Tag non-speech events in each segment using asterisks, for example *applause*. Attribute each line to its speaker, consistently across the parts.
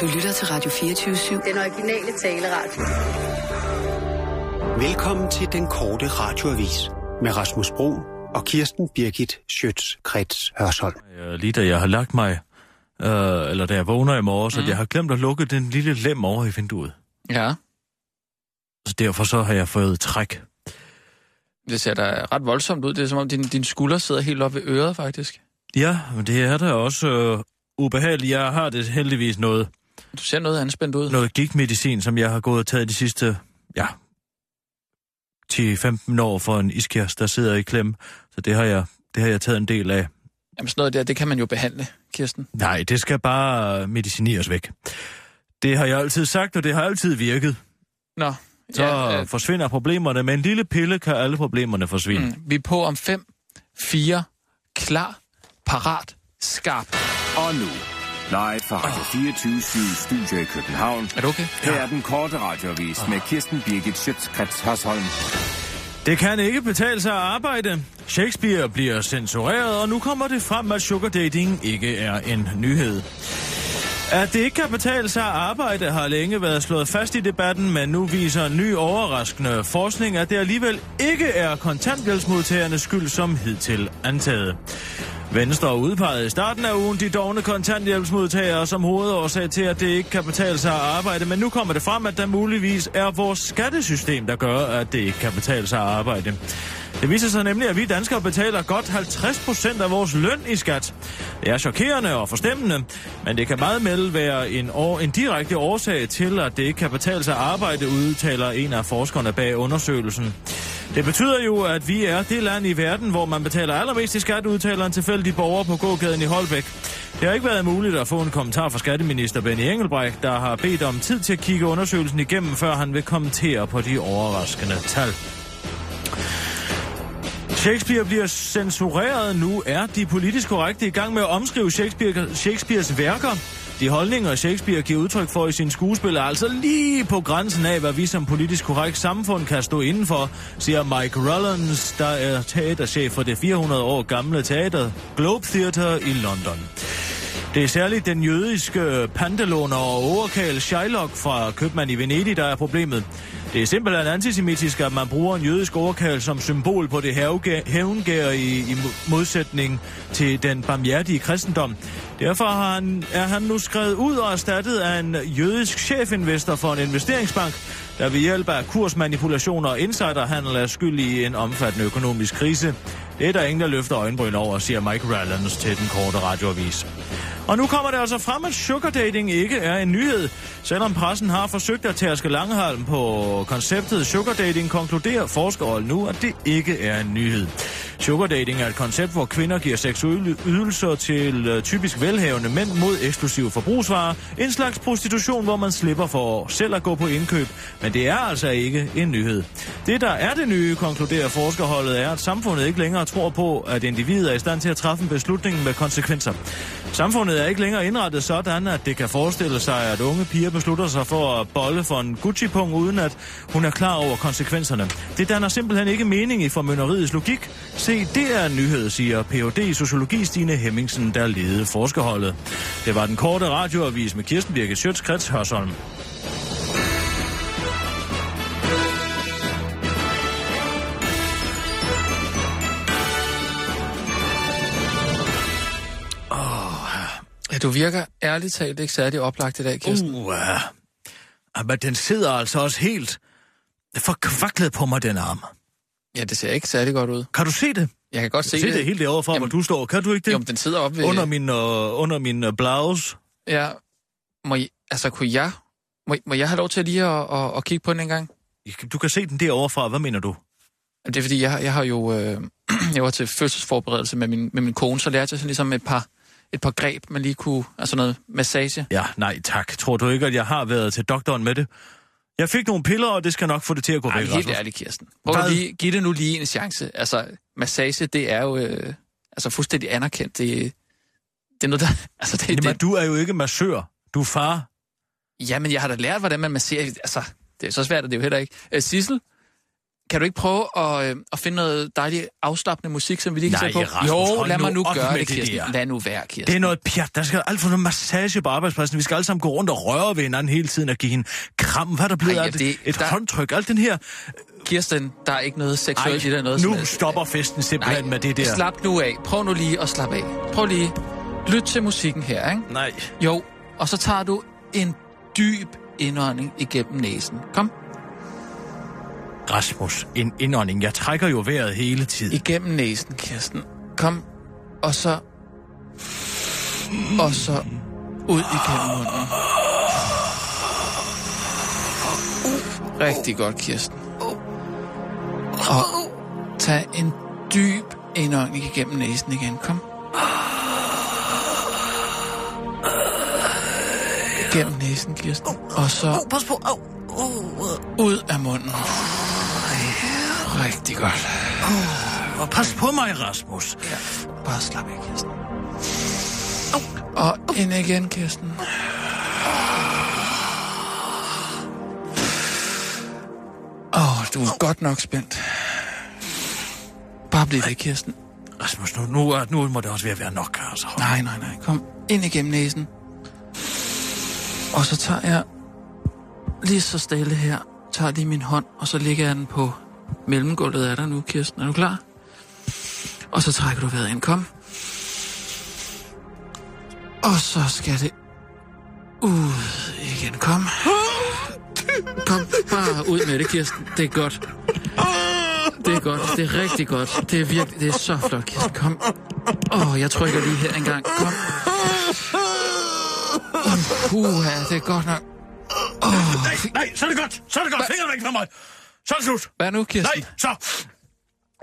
Speaker 1: Du lytter til Radio 24-7.
Speaker 2: Den originale taleradio.
Speaker 3: Velkommen til den korte radioavis med Rasmus Bro og Kirsten Birgit Schøtz-Krets Hørsholm.
Speaker 4: Øh, lige da jeg har lagt mig, øh, eller da jeg vågner i morges, mm. at jeg har glemt at lukke den lille lem over i vinduet.
Speaker 5: Ja,
Speaker 4: Så derfor så har jeg fået træk.
Speaker 5: det ser da ret voldsomt ud. Det er som om, din, din skulder sidder helt op ved øret, faktisk.
Speaker 4: Ja, men det er da også øh, ubehageligt. Jeg har det heldigvis noget,
Speaker 5: Du ser noget anspændt ud.
Speaker 4: noget gigtmedicin, som jeg har gået og taget de sidste, ja, 10-15 år for en iskjærs, der sidder i klem. Så det har jeg, det har jeg taget en del af.
Speaker 5: Jamen sådan noget der, det kan man jo behandle, Kirsten.
Speaker 4: Nej, det skal bare medicineres væk. Det har jeg altid sagt, og det har altid virket.
Speaker 5: Nå,
Speaker 4: Så ja,
Speaker 5: øh,
Speaker 4: øh... forsvinder problemerne. Med en lille pille kan alle problemerne forsvinde. Mm.
Speaker 5: mm, vi er på om 5, 4, klar, parat, skarp.
Speaker 6: Og nu, live fra Radio 24 Studio i København.
Speaker 5: Er du okay?
Speaker 6: Her er den korte radiovis med Kirsten Birgit Schøtzgrads Hasholm.
Speaker 4: Det kan ikke betale sig at arbejde. Shakespeare bliver censureret, og nu kommer det frem, at sugardating ikke er en nyhed. At det ikke kan betale sig at arbejde har længe været slået fast i debatten, men nu viser ny overraskende forskning, at det alligevel ikke er kontanthjælpsmodtagernes skyld som hidtil antaget. Venstre udpegede i starten af ugen de dogne kontanthjælpsmodtagere som hovedårsag til, at det ikke kan betale sig at arbejde, men nu kommer det frem, at der muligvis er vores skattesystem, der gør, at det ikke kan betale sig at arbejde. Det viser sig nemlig, at vi danskere betaler godt 50 procent af vores løn i skat. Det er chokerende og forstemmende, men det kan meget melde være en, år, en direkte årsag til, at det ikke kan betale sig at arbejde, udtaler en af forskerne bag undersøgelsen. Det betyder jo, at vi er det land i verden, hvor man betaler allermest i skat, udtaler en tilfældig borger på gågaden i Holbæk. Det har ikke været muligt at få en kommentar fra skatteminister Benny Engelbrecht, der har bedt om tid til at kigge undersøgelsen igennem, før han vil kommentere på de overraskende tal. Shakespeare bliver censureret nu, er de politisk korrekte i gang med at omskrive Shakespeare, Shakespeares værker. De holdninger, Shakespeare giver udtryk for i sin skuespil, er altså lige på grænsen af, hvad vi som politisk korrekt samfund kan stå indenfor, siger Mike Rollins, der er teaterchef for det 400 år gamle teater Globe Theatre i London. Det er særligt den jødiske pantelåner og overkæl Shylock fra Købmand i Venedig, der er problemet. Det er simpelthen antisemitisk, at man bruger en jødisk overkæl som symbol på det hævngære i, i modsætning til den barmhjertige kristendom. Derfor har han, er han nu skrevet ud og erstattet af en jødisk chefinvestor for en investeringsbank, der ved hjælp af kursmanipulationer og insiderhandel er skyld i en omfattende økonomisk krise. Det er der ingen, der løfter øjenbryn over, siger Mike Rallens til den korte radioavis. Og nu kommer det altså frem, at sugardating ikke er en nyhed. Selvom pressen har forsøgt at tærske Langholm på konceptet sugardating, konkluderer forskere nu, at det ikke er en nyhed. Sugardating er et koncept, hvor kvinder giver seksuelle ydelser til øh, typisk velhavende mænd mod eksklusive forbrugsvarer. En slags prostitution, hvor man slipper for selv at gå på indkøb. Men det er altså ikke en nyhed. Det, der er det nye, konkluderer forskerholdet, er, at samfundet ikke længere tror på, at individet er i stand til at træffe en beslutning med konsekvenser. Samfundet er ikke længere indrettet sådan, at det kan forestille sig, at unge piger beslutter sig for at bolle for en Gucci-pung, uden at hun er klar over konsekvenserne. Det danner simpelthen ikke mening i formynderiets logik. Se, det er en nyhed, siger Ph.D. i sociologi Stine Hemmingsen, der ledede forskerholdet. Det var den korte radioavis med Kirsten Birgit Sjøtskrets Hørsholm.
Speaker 5: Ja, du virker ærligt talt ikke særlig oplagt i dag, Kirsten.
Speaker 4: Uh, uh, men den sidder altså også helt forkvaklet på mig, den arm.
Speaker 5: Ja, det ser ikke særlig godt ud.
Speaker 4: Kan Uh. du se det?
Speaker 5: Jeg kan godt se,
Speaker 4: Se, se det, det helt derovre fra, hvor
Speaker 5: Jamen-
Speaker 4: du står. Kan du ikke det?
Speaker 5: Jo, men den sidder op ved...
Speaker 4: Under min, øh, under min øh, blouse.
Speaker 5: Ja, må I, altså kunne jeg... Må, må jeg have lov til lige at, at, at kigge på den en gang?
Speaker 4: Du kan se den derovre fra. Hvad mener du?
Speaker 5: Jamen, Det er fordi, jeg, har- jeg har jo... Øh, *clears throat* jeg var til fødselsforberedelse med min, med min kone, så lærte jeg sådan ligesom et par, et par greb, man lige kunne... Altså noget massage.
Speaker 4: Ja, nej tak. Tror du ikke, at jeg har været til doktoren med det? Jeg fik nogle piller, og det skal nok få det til at gå
Speaker 5: Ej,
Speaker 4: væk,
Speaker 5: helt
Speaker 4: Rasmus.
Speaker 5: ærligt, Kirsten. Prøv at
Speaker 4: Hvad?
Speaker 5: lige, giv det nu lige en chance. Altså, massage, det er jo øh, altså, fuldstændig anerkendt. Det, det er noget, der... *laughs* Altså, det,
Speaker 4: Jamen,
Speaker 5: det,
Speaker 4: du er jo ikke massør. Du er far.
Speaker 5: Jamen, jeg har da lært, hvordan man masserer... Altså, det er så svært, at det er jo heller ikke. Øh, Sissel, kan du ikke prøve at, øh, at finde noget dejligt afslappende musik, som vi lige kan
Speaker 4: Nej,
Speaker 5: se på?
Speaker 4: Rasmus,
Speaker 5: jo,
Speaker 4: hold
Speaker 5: lad
Speaker 4: nu
Speaker 5: mig nu
Speaker 4: op
Speaker 5: gøre
Speaker 4: med
Speaker 5: det,
Speaker 4: det
Speaker 5: Kirsten.
Speaker 4: der.
Speaker 5: lad nu være, Kirsten.
Speaker 4: Det er noget pjat. Der skal alt for noget massage på arbejdspladsen. Vi skal alle sammen gå rundt og røre ved hinanden hele tiden og give hende kram. Hvad er der blevet
Speaker 5: Ej,
Speaker 4: Ej,
Speaker 5: ja,
Speaker 4: af det?
Speaker 5: det-
Speaker 4: Et
Speaker 5: der-
Speaker 4: håndtryk. Alt den her...
Speaker 5: Kirsten, der er ikke noget seksuelt i det. Noget som
Speaker 4: nu
Speaker 5: helst.
Speaker 4: stopper festen simpelthen med det der.
Speaker 5: slap nu af. Prøv nu lige at slappe af. Prøv lige. Lyt til musikken her, ikke?
Speaker 4: Nej.
Speaker 5: Jo, og så tager du en dyb indånding igennem næsen. Kom,
Speaker 4: Rasmus, en indånding. Jeg trækker jo vejret hele tiden.
Speaker 5: igennem næsen, Kirsten. Kom, og så... Og så ud igennem munden. Rigtig godt, Kirsten. Og tag en dyb indånding igennem næsen igen. Kom. Gennem næsen, Kirsten. Og så
Speaker 1: Pas på. Au. Au.
Speaker 5: ud af munden. Rigtig godt.
Speaker 4: Og pas på mig, Rasmus.
Speaker 5: Ja, bare slap af, Kirsten. Og ind igen, Kirsten. Åh, oh, du er godt nok spændt. Bare bliv ved, Kirsten.
Speaker 4: Rasmus, nu, nu, er- nu må det også være, være nok, altså.
Speaker 5: Nej, nej, nej. Kom ind igennem næsen. Og så tager jeg lige så stille her, tager lige min hånd, og så lægger jeg den på mellemgulvet af dig nu, Kirsten. Er du klar? Og så trækker du vejret ind. Kom. Og så skal det ud igen. Kom. Kom, bare ud med det, Kirsten. Det er godt. Det er godt. Det er rigtig godt. Det er virkelig, det er så flot, Kirsten. Kom. Åh, oh, jeg trykker lige her en gang. Kom. Puha, det er godt nok.
Speaker 4: Nej, nej, så er det godt. Så er det godt. Fingrene væk fra mig. Så er det slut.
Speaker 5: Hvad nu, Kirsten?
Speaker 4: Nej, så.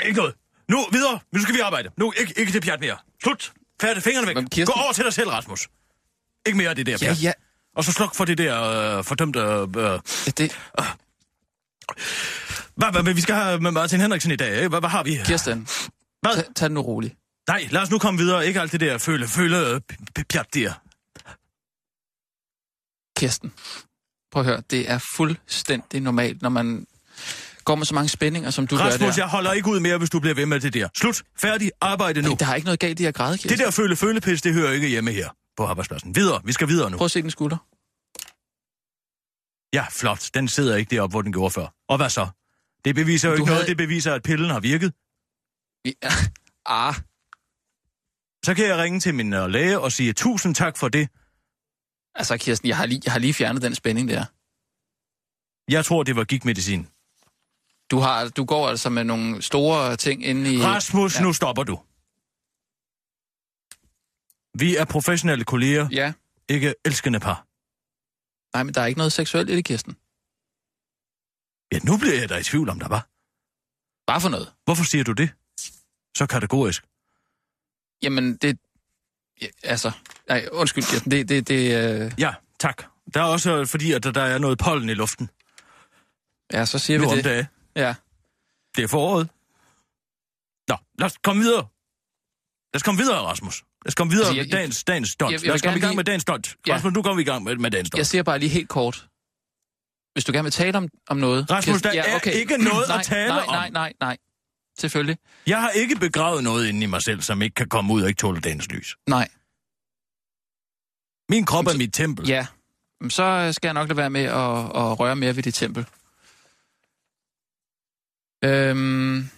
Speaker 4: Ikke noget. Nu videre. Nu skal vi arbejde. Nu ikke, ikke det pjat mere. Slut. Færdig fingrene væk.
Speaker 5: Men Kirsten-
Speaker 4: Gå over til dig selv, Rasmus. Ikke mere af det der
Speaker 5: Ja,
Speaker 4: pjat.
Speaker 5: ja.
Speaker 4: Og så sluk for det der øh, fordømte... Øh, øh.
Speaker 5: ja det,
Speaker 4: hvad, hvad, hvad, vi skal have med Martin Henriksen i dag, ikke? Hvad, hvad har vi?
Speaker 5: Kirsten,
Speaker 4: Hvad?
Speaker 5: tag, tag den nu roligt.
Speaker 4: Nej, lad os nu komme videre. Ikke alt det der føle, føle øh, p- pjat der.
Speaker 5: Kirsten, prøv at høre. Det er fuldstændig normalt, når man går med så mange spændinger, som du gør
Speaker 4: Rasmus,
Speaker 5: der.
Speaker 4: jeg holder ikke ud mere, hvis du bliver ved med det der. Slut. Færdig. Arbejde nu.
Speaker 5: Der er ikke noget galt i at græde, Kirsten.
Speaker 4: Det der føle føle pis, det hører ikke hjemme her på arbejdspladsen. Videre. Vi skal videre nu.
Speaker 5: Prøv at se din skulder.
Speaker 4: Ja, flot. Den sidder ikke deroppe, hvor den gjorde før. Og hvad så? Det beviser jo
Speaker 5: Du
Speaker 4: ikke havde... noget.
Speaker 5: havde-
Speaker 4: Det beviser, at pillen har virket.
Speaker 5: Ja. Ah,
Speaker 4: Så kan jeg ringe til min øh, læge og sige tusind tak for det.
Speaker 5: altså Kirsten, jeg har, lige, jeg har lige fjernet den spænding der.
Speaker 4: Jeg tror, det var gigtmedicin.
Speaker 5: Du, har, du går altså med nogle store ting inde i...
Speaker 4: Rasmus,
Speaker 5: ja.
Speaker 4: nu stopper du. Vi er professionelle kolleger,
Speaker 5: Ja,
Speaker 4: ikke elskende par.
Speaker 5: nej, men der er ikke noget seksuelt i det, Kirsten.
Speaker 4: Ja, nu bliver jeg da i tvivl om der var.
Speaker 5: Bare for noget.
Speaker 4: Hvorfor siger du det? Så kategorisk.
Speaker 5: Jamen, det... Ja, altså... Nej, undskyld, Kirsten. Det, det, det øh,
Speaker 4: Ja, tak. Der er også øh, fordi, at der- der er noget pollen i luften.
Speaker 5: ja, så siger
Speaker 4: Nu
Speaker 5: vi
Speaker 4: om
Speaker 5: det.
Speaker 4: dage.
Speaker 5: Ja.
Speaker 4: Det er foråret. Nå, lad os komme videre. Lad os komme videre, Rasmus. Lad os komme videre
Speaker 5: Altså, jeg-
Speaker 4: med dagens, dagens stunt.
Speaker 5: jeg vil
Speaker 4: lad os komme i
Speaker 5: gerne
Speaker 4: gang
Speaker 5: lige-
Speaker 4: med dagens stunt.
Speaker 5: Ja.
Speaker 4: Rasmus, nu går vi i gang med, med dagens stunt.
Speaker 5: Jeg siger bare lige helt kort. Hvis du gerne vil tale om, om noget...
Speaker 4: Rasmus, der er ikke
Speaker 5: *clears throat*
Speaker 4: noget at
Speaker 5: nej,
Speaker 4: tale
Speaker 5: nej,
Speaker 4: om.
Speaker 5: Nej, nej, nej. Selvfølgelig.
Speaker 4: Jeg har ikke begravet noget inde i mig selv, som ikke kan komme ud og ikke tåle dagens lys.
Speaker 5: Nej.
Speaker 4: Min krop er mit tempel.
Speaker 5: Ja. Men Så øh, skal jeg nok lade være med at, at røre mere ved dit tempel. Øhm,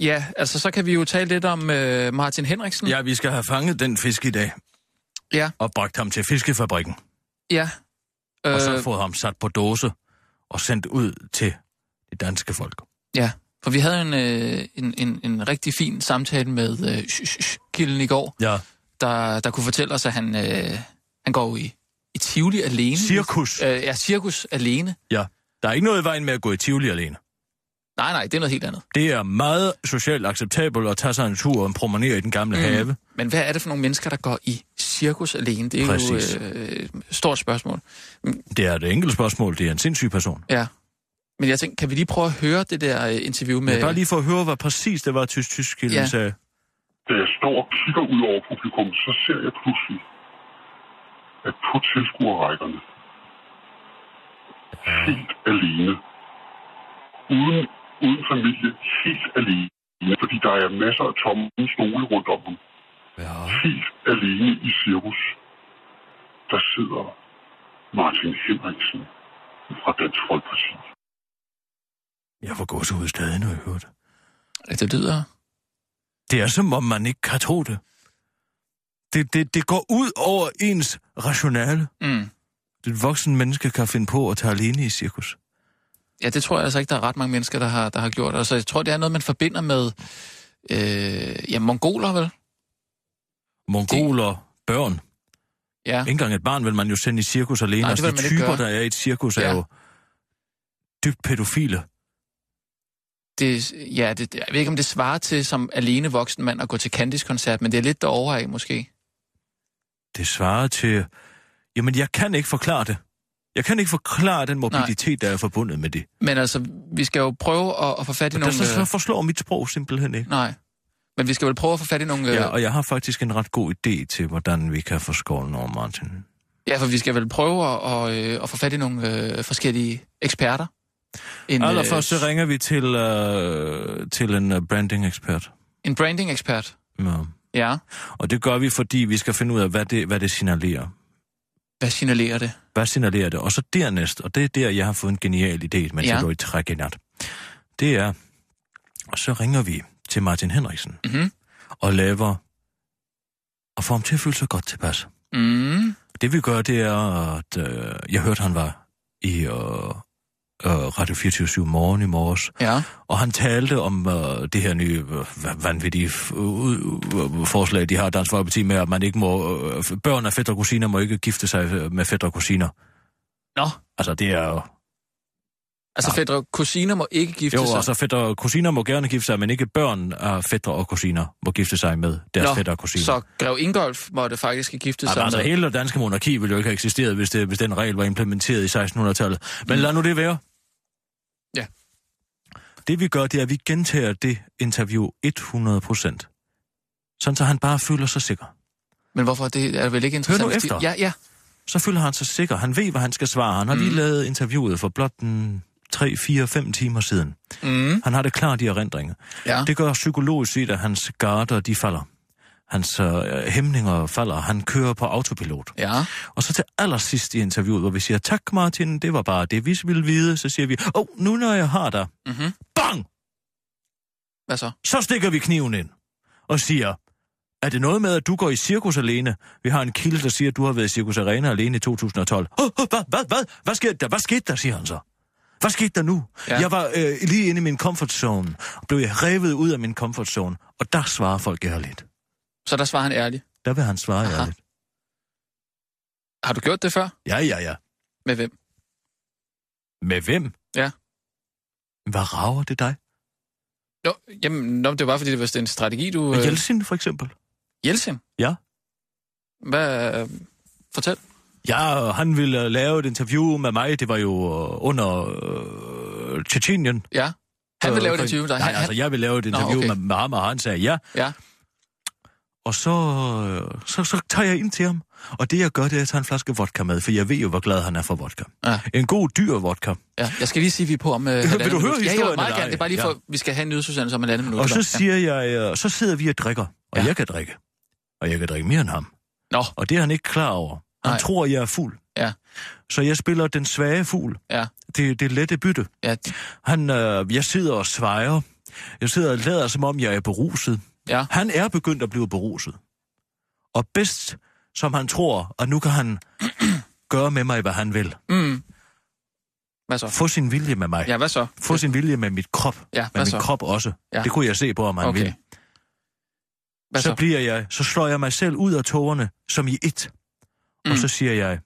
Speaker 5: ja, altså så kan vi jo tale lidt om øh, Martin Henriksen.
Speaker 4: Ja, vi skal have fanget den fisk i dag
Speaker 5: Ja.
Speaker 4: og bragt ham til fiskefabrikken.
Speaker 5: ja. Øh,
Speaker 4: Og så fået ham sat på dåse og sendt ud til det danske folk.
Speaker 5: Ja, for vi havde en, øh, en, en, en rigtig fin samtale med øh, sh- sh- sh- kilden i går,
Speaker 4: Ja.
Speaker 5: der, der kunne fortælle os, at han, øh, han går jo i, i Tivoli alene.
Speaker 4: Cirkus.
Speaker 5: Øh, ja, cirkus alene.
Speaker 4: Ja. Der er ikke noget i vejen med at gå i Tivoli alene.
Speaker 5: Nej, nej, det er noget helt andet.
Speaker 4: Det er meget socialt acceptabelt at tage sig en tur og en promenere i den gamle mm. have.
Speaker 5: Men hvad er det for nogle mennesker, der går i cirkus alene? Det er
Speaker 4: Præcis.
Speaker 5: jo øh, et stort spørgsmål.
Speaker 4: Det er et enkelt spørgsmål. Det er en sindssyg person.
Speaker 5: Ja. Men jeg tænkte, kan vi lige prøve at høre det der øh, interview med...
Speaker 4: Men bare lige for at høre, hvad præcis det var, tysk tysk ja.
Speaker 5: Ja.
Speaker 4: sagde.
Speaker 2: da jeg står og kigger ud over publikum, så ser jeg pludselig, at på tilskuerrækkerne, helt alene, uden uden familie, helt alene, fordi der er masser af tomme stole rundt om ham.
Speaker 7: Ja.
Speaker 2: Helt alene i cirkus, der sidder Martin Henriksen fra Dansk Folkeparti.
Speaker 4: Jeg får gåsehud stadig nu, i øvrigt.
Speaker 5: Det lyder...
Speaker 4: Det er som om, man ikke kan tro det. Det, det, det går ud over ens rationale.
Speaker 5: Mm.
Speaker 4: Det voksne menneske kan finde på at tage alene i cirkus.
Speaker 5: Ja, det tror jeg altså ikke, der er ret mange mennesker, der har, der har gjort. Altså, jeg tror, det er noget, man forbinder med... Øh, ja, mongoler, vel?
Speaker 4: Mongoler, børn.
Speaker 5: Ja.
Speaker 4: Ikke engang et barn vil man jo sende i cirkus alene.
Speaker 5: Nej,
Speaker 4: Nej,
Speaker 5: det
Speaker 4: altså,
Speaker 5: vil
Speaker 4: de
Speaker 5: man ikke
Speaker 4: typer, der
Speaker 5: gøre.
Speaker 4: er i et cirkus, ja. er
Speaker 5: Ja.
Speaker 4: jo dybt pædofile.
Speaker 5: Det, ja, det, jeg ved ikke, om det svarer til som alene voksen mand at gå til Candice-koncert, men det er lidt derovre af, måske.
Speaker 4: Det svarer til... Jamen, jeg kan ikke forklare det. Jeg kan ikke forklare den morbiditet, Nej. der er forbundet med det.
Speaker 5: Men altså, vi skal jo prøve at, at få fat i
Speaker 4: Der
Speaker 5: nogle...
Speaker 4: så, så
Speaker 5: øh,
Speaker 4: forslår mit sprog simpelthen ikke.
Speaker 5: Nej. Men vi skal vel prøve at få fat i nogle... øh,
Speaker 4: Ja,
Speaker 5: Ja,
Speaker 4: og jeg har faktisk en ret god idé til, hvordan vi kan få skålen over Martin.
Speaker 5: ja for vi skal vel prøve at, og, øh, at få fat i nogle øh, forskellige eksperter. En, øh,
Speaker 4: Allerførst så ringer vi til, øh, til en øh, branding-ekspert.
Speaker 5: en branding-ekspert.
Speaker 4: Ja.
Speaker 5: Ja.
Speaker 4: Og det gør vi, fordi vi skal finde ud af, hvad det, hvad det signalerer.
Speaker 5: Hvad signalerer det?
Speaker 4: Hvad signalerer det? Og så dernæst, og det er der, jeg har fået en genial idé, mens
Speaker 5: Ja.
Speaker 4: ja. jeg lå i træk i nat. Det er, og så ringer vi til Martin Henriksen
Speaker 5: Mhm.
Speaker 4: og laver og får ham til at føle sig godt tilpas.
Speaker 5: Mm.
Speaker 4: Det vi gør, det er, at øh, jeg hørte, han var i øh, øh, Radio 24 morgen i morges,
Speaker 5: Ja.
Speaker 4: og han talte om øh, det her nye øh, va- vanvittige f- øh, øh, forslag, de har i Dansk Folkeparti med, at man ikke må, øh, f- børn af fætter og kusiner må ikke gifte sig øh, med fætter og kusiner.
Speaker 5: Nå.
Speaker 4: Altså, det er jo...
Speaker 5: Altså, ja. fædre kusiner må ikke gifte
Speaker 4: Jo,
Speaker 5: sig.
Speaker 4: altså, fætter og kusiner må gerne gifte sig, men ikke børn af fætter og kusiner må gifte sig med deres
Speaker 5: Nå,
Speaker 4: fætter og kusiner.
Speaker 5: Så Grev Ingolf måtte faktisk gifte sig
Speaker 4: Jamen, altså,
Speaker 5: med...
Speaker 4: hele det danske monarki ville jo ikke have eksisteret, hvis, det, hvis den regel var implementeret i 1600-tallet. Men lad nu det være.
Speaker 5: Mm. Ja.
Speaker 4: Det vi gør, det er, at vi gentager det interview 100 procent. Sådan så han bare føler sig sikker.
Speaker 5: Men hvorfor? Det er vel ikke interessant.
Speaker 4: nu
Speaker 5: hvis de-
Speaker 4: efter.
Speaker 5: Ja, ja.
Speaker 4: Så føler han sig sikker. Han ved, hvad han skal svare. Han har
Speaker 5: Mm.
Speaker 4: lige lavet interviewet for blot den 3, 4, 5 timer siden.
Speaker 5: Mm.
Speaker 4: Han har det klart i erindringen.
Speaker 5: Ja.
Speaker 4: Det gør psykologisk set, at hans garder, de falder. Hans øh, hæmninger falder. Han kører på autopilot.
Speaker 5: Ja.
Speaker 4: Og så til allersidst i interviewet, hvor vi siger, tak Martin, det var bare det, vi ville vide, så siger vi, åh, oh, nu når jeg har dig,
Speaker 5: Mhm.
Speaker 4: bang,
Speaker 5: Hvad så?
Speaker 4: så stikker vi kniven ind og siger, er det noget med, at du går i cirkus alene? Vi har en kilde, der siger, at du har været i Cirkus Arena alene i 2012. Åh, oh, oh, hvad, hvad, hvad, hvad skete der? Hvad skete der, siger han så. Hvad skete der nu?
Speaker 5: Ja.
Speaker 4: Ja. Jeg var øh, lige inde i min comfort zone, og blev jeg revet ud af min comfort zone, og der svarer folk ærligt.
Speaker 5: Så der svarer han ærligt.
Speaker 4: Der vil han svare
Speaker 5: Aha.
Speaker 4: Aha. ærligt.
Speaker 5: Har du gjort det før?
Speaker 4: Ja, ja, ja.
Speaker 5: Med hvem?
Speaker 4: Med hvem?
Speaker 5: Ja.
Speaker 4: Hvad rager det dig?
Speaker 5: Nå, jamen, nå, det var bare, fordi det var sådan en strategi, du...
Speaker 4: Med
Speaker 5: øh,
Speaker 4: Jeltsin, for eksempel?
Speaker 5: Jeltsin?
Speaker 4: Ja.
Speaker 5: Hvad... Øh, fortæl.
Speaker 4: Ja, og han ville øh, lave et interview med mig. Det var jo øh, under øh, Tjetjenien.
Speaker 5: Ja. Han vil
Speaker 4: Øh,
Speaker 5: lave et
Speaker 4: for-
Speaker 5: interview med dig.
Speaker 4: Nej,
Speaker 5: Han- han-
Speaker 4: altså, jeg ville lave et
Speaker 5: Nå,
Speaker 4: interview
Speaker 5: okay.
Speaker 4: Nå, okay. med, med ham, og han sagde ja.
Speaker 5: Ja.
Speaker 4: Og så, øh, så, så tager jeg ind til ham. Og det, jeg gør, det er, at jeg tager en flaske vodka med, for jeg ved jo, hvor glad han er for vodka.
Speaker 5: Ja.
Speaker 4: En god, dyr vodka.
Speaker 5: Ja, jeg skal lige sige, vi er på
Speaker 4: *laughs*
Speaker 5: om... Øh, halvandet
Speaker 4: du høre
Speaker 5: minut. Ja, jeg vil
Speaker 4: historien,
Speaker 5: meget
Speaker 4: eller
Speaker 5: gerne. Det er bare lige for,
Speaker 4: ej?
Speaker 5: ja. vi skal have en nyhedsudsendelse om halvandet minut.
Speaker 4: Og så
Speaker 5: eller-
Speaker 4: siger jeg, øh, så sidder vi og drikker. Og
Speaker 5: Ja.
Speaker 4: ja. jeg kan drikke. Og jeg kan drikke mere end ham.
Speaker 5: Nå.
Speaker 4: Og det er han ikke klar over. Han
Speaker 5: Nej.
Speaker 4: Nej. tror, jeg er fuld.
Speaker 5: Ja.
Speaker 4: Så jeg spiller den svage fugl.
Speaker 5: Ja.
Speaker 4: Det, det lette bytte.
Speaker 5: Ja, ja, d-
Speaker 4: Han, øh, jeg sidder og svejer. Jeg sidder og lader, som om jeg er beruset.
Speaker 5: ja.
Speaker 4: Han er begyndt at blive beruset. Og bedst, som han tror, og nu kan han *clears throat* gøre med mig, hvad han vil.
Speaker 5: Mm. Hvad så?
Speaker 4: Få sin vilje med mig.
Speaker 5: Ja, hvad så?
Speaker 4: Få sin vilje med mit krop.
Speaker 5: Ja,
Speaker 4: Med
Speaker 5: hvad
Speaker 4: min
Speaker 5: så?
Speaker 4: krop også.
Speaker 5: Ja.
Speaker 4: Det kunne jeg se på, om han
Speaker 5: Okay.
Speaker 4: ville.
Speaker 5: Hvad
Speaker 4: så,
Speaker 5: så?
Speaker 4: bliver jeg, så slår jeg mig selv ud af tårerne, som i et. Mm.
Speaker 5: Mm.
Speaker 4: Og så siger jeg,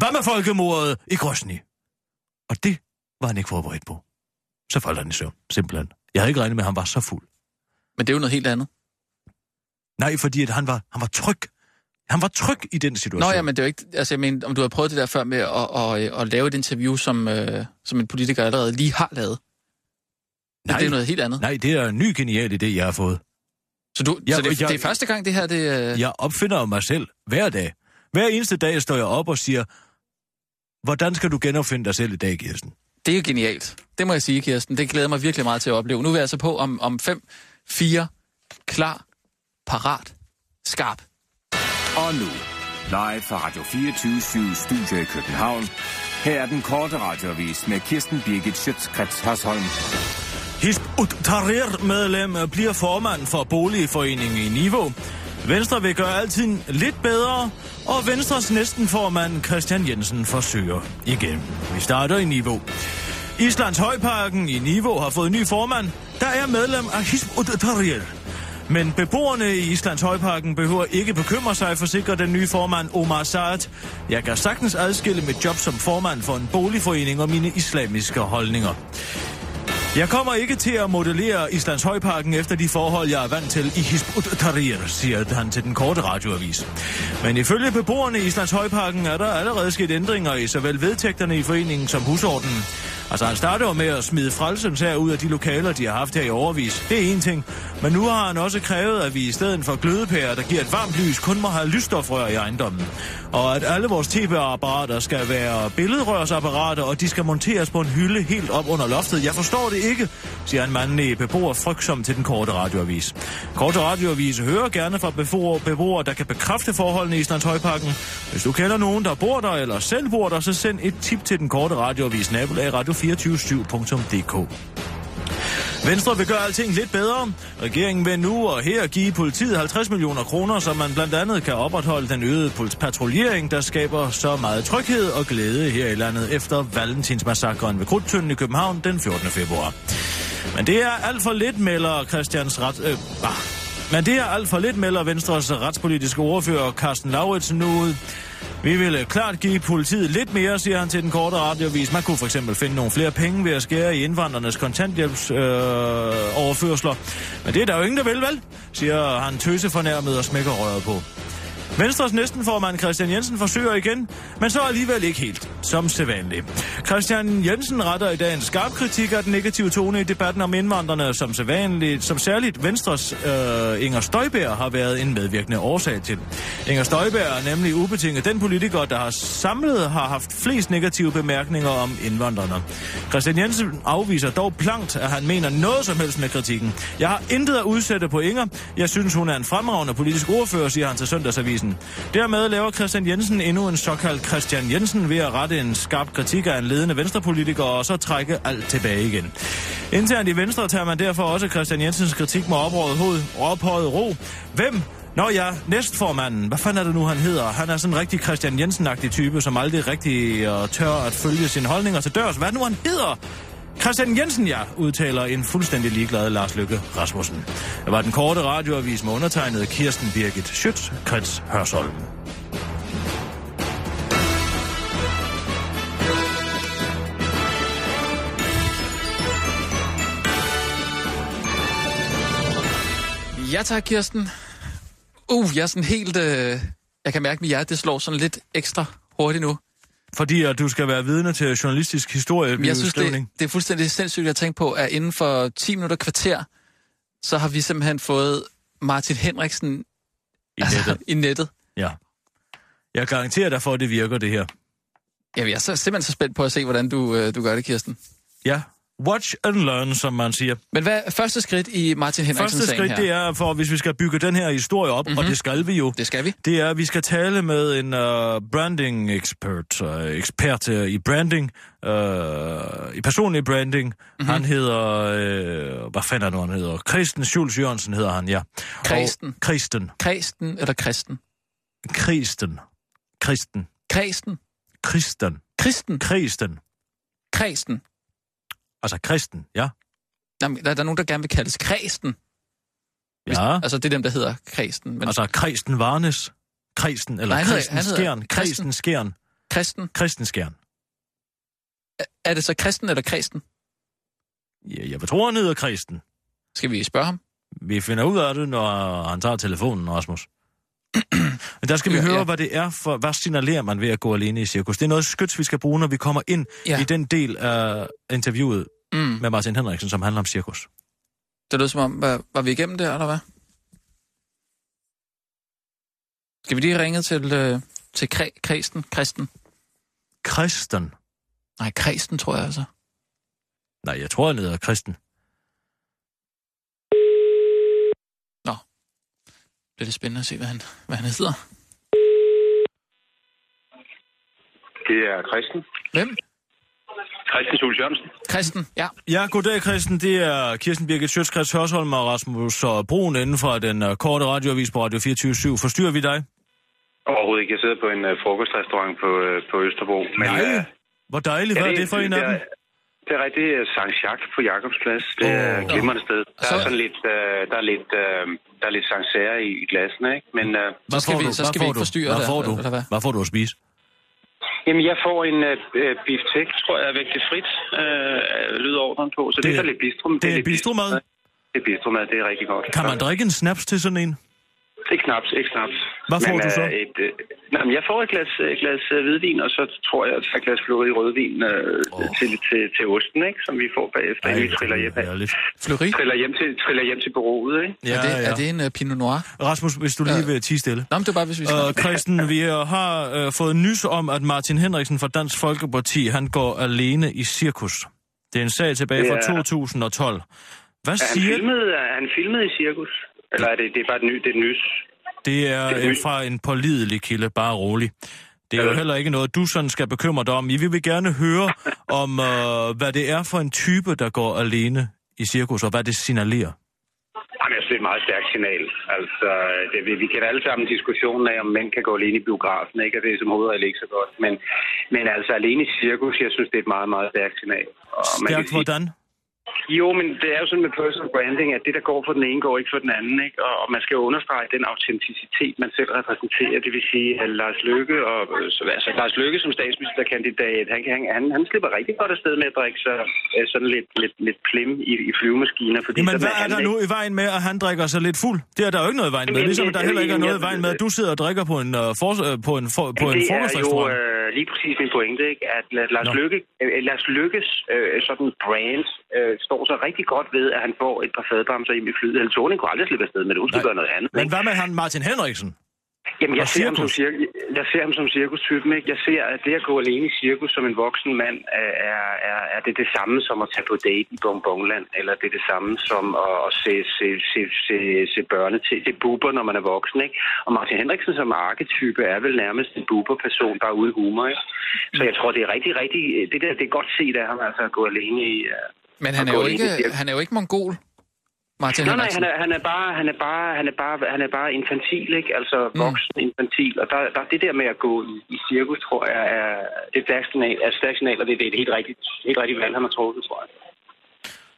Speaker 4: hvad med folkemordet i Grosny? Og det var han ikke forberedt på. Så faldt han i søvn, simpelthen. Jeg havde ikke regnet med, at han var så fuld.
Speaker 5: Men det er jo noget helt andet.
Speaker 4: Nej, fordi at han, var, han var tryg. Han var tryg i den
Speaker 5: Nå
Speaker 4: situation.
Speaker 5: ja, men det er jo ikke... Altså, jeg mener, om du har prøvet det der før med at, at, at, at lave et interview, som, øh, som en politiker allerede lige har lavet. Nej.
Speaker 4: Nej.
Speaker 5: Det er jo noget helt andet.
Speaker 4: Nej, det er en ny genial idé, jeg har fået.
Speaker 5: Så, du,
Speaker 4: Ja,
Speaker 5: så det,
Speaker 4: jeg-
Speaker 5: det er første gang, det her... Det, øh,
Speaker 4: Jeg opfinder jo mig selv hver dag. Hver eneste dag står jeg op og siger, hvordan skal du genopfinde dig selv i dag, Kirsten?
Speaker 5: Det er jo genialt. Det må jeg sige, Kirsten. Det glæder mig virkelig meget til at opleve. Nu er vi altså på om, om 5, 4, klar, parat, skarp.
Speaker 6: Og nu, live fra Radio 24 Studio i København. Her er den korte radiovis med Kirsten Birgit Schøtzgrads Hasholm.
Speaker 4: Hisb ut Tahrir medlem bliver formand for Boligforeningen i Niveau. Venstre vil gøre altid lidt bedre, og Venstres næsten formand Christian Jensen forsøger igen. Vi starter i Niveau. Islands Højparken i Niveau har fået ny formand, der er medlem af Hisb ut Tahrir. Men beboerne i Islands Højparken behøver ikke bekymre sig, forsikrer den nye formand Omar Saad. Jeg kan sagtens adskille mit job som formand for en boligforening og mine islamiske holdninger. Jeg kommer ikke til at modellere Islands Højparken efter de forhold, jeg er vant til i Hisbut Tahrir, siger han til den korte radioavis. Men ifølge beboerne i Islands Højparken er der allerede sket ændringer i såvel vedtægterne i foreningen som husordenen. Altså han startede jo med at smide frelsens her ud af de lokaler, de har haft her i overvis. Det er en ting. Men nu har han også krævet, at vi i stedet for glødepærer, der giver et varmt lys, kun må have lysstofrør i ejendommen. Og at alle vores tv-apparater skal være billedrørsapparater, og de skal monteres på en hylde helt op under loftet. Jeg forstår det ikke, siger en mand i beboer frygtsom til den korte radioavis. Korte radioavis hører gerne fra beboere, beboere, der kan bekræfte forholdene i Islands Højparken. Hvis du kender nogen, der bor der eller selv bor der, så send et tip til den korte radioavis nabolag radio247.dk. Venstre vil gøre alting lidt bedre. Regeringen vil nu og her give politiet 50 millioner kroner, så man blandt andet kan opretholde den øgede polit- patruljering, der skaber så meget tryghed og glæde her i landet efter Valentinsmassakren ved Krudtønden i København den 14. februar. Men det er alt for lidt, melder Christians ret... Øh, bah. Men det er alt for lidt, melder Venstres retspolitiske ordfører Carsten Lauritsen nu ud. Vi vil øh, klart give politiet lidt mere, siger han til den korte radiovis. Man kunne for eksempel finde nogle flere penge ved at skære i indvandrernes kontanthjælpsoverførsler. Øh, overførsler. Men det er der jo ingen, der vil, vel? siger han tøse fornærmet og smækker røret på. Venstres næstenformand Christian Jensen forsøger igen, men så alligevel ikke helt, som sædvanligt. Christian Jensen retter i dag en skarp kritik af den negative tone i debatten om indvandrerne, som sædvanligt, som særligt Venstres øh, Inger Støjbær har været en medvirkende årsag til. Inger Støjbær er nemlig ubetinget den politiker, der har samlet har haft flest negative bemærkninger om indvandrerne. Christian Jensen afviser dog plankt, at han mener noget som helst med kritikken. Jeg har intet at udsætte på Inger. Jeg synes, hun er en fremragende politisk ordfører, siger han til Søndagsavisen. Dermed laver Christian Jensen endnu en såkaldt Christian Jensen ved at rette en skarp kritik af en ledende venstrepolitiker og så trække alt tilbage igen. Internt i Venstre tager man derfor også Christian Jensens kritik med oprøjet hoved, ophøjet ro. Hvem Nå ja, næstformanden. Hvad fanden er det nu, han hedder? Han er sådan en rigtig Christian Jensen-agtig type, som aldrig rigtig øh, tør at følge sine holdninger til dørs. Hvad er det nu, han hedder? Christian Jensen, ja, udtaler en fuldstændig ligeglad Lars Løkke Rasmussen. Det var den korte radioavis med undertegnet Kirsten Birgit Schütz, Krets Hørsholm.
Speaker 5: Ja tak, Kirsten. Uh, jeg er sådan helt... Øh, jeg kan mærke, at mit hjerte det slår sådan lidt ekstra hurtigt nu.
Speaker 4: Fordi at du skal være vidne til journalistisk historie.
Speaker 5: Men jeg synes, det, det er fuldstændig sindssygt at tænke på, at inden for 10 minutter kvarter, så har vi simpelthen fået Martin Henriksen
Speaker 4: I nettet.
Speaker 5: *laughs* i nettet.
Speaker 4: Ja. Jeg garanterer dig for, at det virker, det her.
Speaker 5: Jamen, jeg er så, simpelthen så spændt på at se, hvordan du, øh, du gør det, Kirsten.
Speaker 4: Ja. Watch and learn, som man siger.
Speaker 5: Men hvad er første skridt i Martin Henriksens
Speaker 4: Første
Speaker 5: sag
Speaker 4: skridt,
Speaker 5: her? Mhm.
Speaker 4: det er, for hvis vi skal bygge den her historie op, mm-hmm. og det skal vi jo,
Speaker 5: det skal vi.
Speaker 4: det er, at vi skal tale med en uh, branding expert, uh, ekspert uh, i branding, uh, i personlig branding. Mm-hmm.
Speaker 5: Mhm.
Speaker 4: Han hedder, uh, hvad fanden er det nu, han hedder? Kristen Schulz Jørgensen hedder han, ja.
Speaker 5: Kristen.
Speaker 4: Og, Kristen.
Speaker 5: Kristen eller Kristen?
Speaker 4: Kristen. Kristen.
Speaker 5: Kristen.
Speaker 4: Kristen.
Speaker 5: Kristen.
Speaker 4: Kristen.
Speaker 5: Kristen.
Speaker 4: Altså Kristen, ja.
Speaker 5: Jamen, der, der er nogen, der gerne vil kaldes Kristen.
Speaker 4: Ja,
Speaker 5: Altså, det er dem, der hedder Kristen. Men altså,
Speaker 4: altså Kristen Varnes. Kristen, eller Nej,
Speaker 5: Nej, han hedder-
Speaker 4: Kristen
Speaker 5: han hedder
Speaker 4: Skjern.
Speaker 5: Kristen.
Speaker 4: Kristen Skjern.
Speaker 5: Kristen.
Speaker 4: Kristen Skjern.
Speaker 5: Er det så Kristen eller Kristen?
Speaker 4: Ja, jeg tror, han hedder Kristen.
Speaker 5: Skal vi spørge ham?
Speaker 4: Vi finder ud af det, når han tager telefonen, Rasmus. Men der skal vi
Speaker 5: Ja,
Speaker 4: ja, høre,
Speaker 5: ja.
Speaker 4: ja. hvad det er for... Hvad signalerer man ved at gå alene i cirkus? Det er noget skyts, vi skal bruge, når vi kommer ind
Speaker 5: Ja.
Speaker 4: ja. i den del af interviewet
Speaker 5: Mm.
Speaker 4: med Martin Henriksen, som handler om cirkus.
Speaker 5: Det lød som om, var, var vi igennem der, eller hvad? Skal vi lige ringe til, øh, til kre, Kristen? Kristen?
Speaker 4: Kristen.
Speaker 5: Nej, Kristen, tror jeg altså.
Speaker 4: Nej, jeg tror, han hedder Kristen.
Speaker 5: Det er lidt spændende at se, hvad han, hvad han hedder.
Speaker 7: Det er Christen.
Speaker 5: Hvem?
Speaker 7: Christen Sol Jørgensen.
Speaker 5: Kristen, ja.
Speaker 4: Ja, goddag Kristen. Det er Kirsten Birgit Sjøtskrets Hørsholm og Rasmus og Brun inden for den øh, korte radioavis på Radio 24 Forstyrrer vi dig?
Speaker 7: Overhovedet ikke. Jeg sidder på en uh, frokostrestaurant på, uh, på Østerbro. Men,
Speaker 4: Nej.
Speaker 7: øh,
Speaker 4: Hvor dejligt. Hvad er det for en af
Speaker 7: det
Speaker 4: dem?
Speaker 7: er- Det er rigtigt. øh, Sankt Jacques på Jakobsplads. Det er
Speaker 4: Åh.
Speaker 7: et glimrende sted. Der er
Speaker 5: Så-
Speaker 7: sådan lidt, øh, der er lidt, øh, der er lidt sangsære i i glassene, ikke? Men øh,
Speaker 4: Hvad
Speaker 5: skal
Speaker 4: får
Speaker 5: vi-
Speaker 4: du?
Speaker 5: så skal
Speaker 4: Hvad
Speaker 5: vi
Speaker 4: får
Speaker 5: ikke
Speaker 4: du?
Speaker 5: forstyrre
Speaker 4: Hvad
Speaker 5: dig,
Speaker 4: får du?
Speaker 5: eller hvad?
Speaker 4: Hvad får du at spise?
Speaker 7: jamen, jeg får en øh, øh, biftek, tror jeg, vægte frit, øh, lyder ordren på. Så det,
Speaker 4: Det
Speaker 7: det er
Speaker 4: er-
Speaker 7: så lidt bistro.
Speaker 4: det er
Speaker 7: lidt
Speaker 4: bistromad?
Speaker 7: Det er bistromad, det er rigtig godt.
Speaker 4: Kan man drikke en snaps til sådan en?
Speaker 7: Ikke knaps, ikke knaps.
Speaker 4: Hvad får
Speaker 7: men,
Speaker 4: du så?
Speaker 7: øh, Et, øh, nej, men jeg får et glas, et glas øh, hvidvin, og så tror jeg, at jeg glas fløde i rødvin øh, oh. til, til, til osten, ikke? som vi får bagefter, inden vi triller hjem, af.
Speaker 4: herligt.
Speaker 5: Fleury.
Speaker 7: triller hjem til, triller hjem til bureauet. Ikke?
Speaker 4: Ja,
Speaker 5: er, det,
Speaker 4: ja.
Speaker 5: er det en uh, Pinot Noir?
Speaker 4: Rasmus, hvis du lige
Speaker 5: Ja.
Speaker 4: vil tige stille.
Speaker 5: Nå, men det var bare, hvis vi skal...
Speaker 4: Øh, Christen, vi øh, har øh, fået nys om, at Martin Henriksen fra Dansk Folkeparti, han går alene i cirkus. Det er en sag tilbage
Speaker 7: Ja.
Speaker 4: fra 2012. Hvad
Speaker 7: Er han,
Speaker 4: siger
Speaker 7: filmet, er han filmet i cirkus? Eller er det, det er bare et ny, det er et nys?
Speaker 4: Det er øh, fra en pålidelig kilde, bare rolig. Det er jo heller ikke noget, du sådan skal bekymre dig om. Vi vil gerne høre om, øh, hvad det er for en type, der går alene i cirkus, og hvad det signalerer.
Speaker 7: Jamen, jeg synes, det er et meget stærkt signal. Altså, det, vi, vi kender alle sammen diskussionen af, om mænd kan gå alene i biografen, ikke? Og det er som hovedregel ikke så godt. Men, men altså, alene i cirkus, jeg synes, det er et meget, meget stærkt signal. Og man kan
Speaker 4: Stærkt
Speaker 7: sige-
Speaker 4: hvordan?
Speaker 7: Jo, men det er jo sådan med personal branding, at det, der går for den ene, går ikke for den anden. Ikke? Og, og man skal jo understrege den autenticitet, man selv repræsenterer. Det vil sige, at Lars Løkke, og, øh, så, altså, Lars Løkke som statsministerkandidat, han, kan- han, han, han slipper rigtig godt afsted med at drikke sig øh, sådan lidt, lidt, lidt plim i, i flyvemaskiner. Fordi
Speaker 4: Jamen,
Speaker 7: sådan
Speaker 4: hvad
Speaker 7: er
Speaker 4: er
Speaker 7: han
Speaker 4: der
Speaker 7: ikke.
Speaker 4: nu i vejen med, at han drikker sig lidt fuld? Det er der jo ikke noget i vejen med.
Speaker 7: Jamen,
Speaker 4: Ligesom
Speaker 7: det-
Speaker 4: der heller ikke er
Speaker 7: jamen,
Speaker 4: noget i
Speaker 7: jeg-
Speaker 4: vejen med, at du sidder og drikker på en, øh, for, øh, på en, for, på en
Speaker 7: det er jo
Speaker 4: frokostrestaurant.
Speaker 7: øh, lige præcis min pointe, ikke? at La- Lars,
Speaker 4: Nå.
Speaker 7: Løkke, øh, Lars Lykkes øh, sådan brand øh, står så rigtig godt ved, at han får et par fadbamser ind i flyet. Hans Thorning kunne aldrig slippe afsted med det. Hun skulle
Speaker 4: Nej.
Speaker 7: gøre noget andet.
Speaker 4: Men
Speaker 7: ikke?
Speaker 4: hvad med han Martin Henriksen?
Speaker 7: Jamen, jeg
Speaker 4: Og
Speaker 7: ser, ham som
Speaker 4: cirkus.
Speaker 7: cirkus, jeg ser ham som cirkustypen, ikke? Jeg ser, at det at gå alene i cirkus som en voksen mand, er, er- er, er det det samme som at tage på date i Bonbonland, eller det er det samme som at, at se, se, se, se, se børne til. Det er buber, når man er voksen, ikke? Og Martin Henriksen som arketype er vel nærmest en buber-person, bare uden humor, ikke? Så jeg tror, det er rigtig, rigtig... Det, der, det er godt set af ham, altså at gå alene i... øh,
Speaker 5: Men han
Speaker 7: at
Speaker 5: er,
Speaker 7: gå
Speaker 5: jo
Speaker 7: alene i
Speaker 5: ikke,
Speaker 7: cirkus.
Speaker 5: han er jo ikke mongol, Martin
Speaker 7: Nej, nej,
Speaker 5: Henriksen.
Speaker 7: han er, han er bare, han er bare, han er bare, han er bare infantil, ikke? Altså
Speaker 4: Mm.
Speaker 7: voksen infantil. Og der, der, det der med at gå i, i cirkus, tror jeg, er, det er et stærkt signal, er et stærkt signal, og det, det er et helt rigtigt, helt rigtigt valg, han har truffet, tror jeg.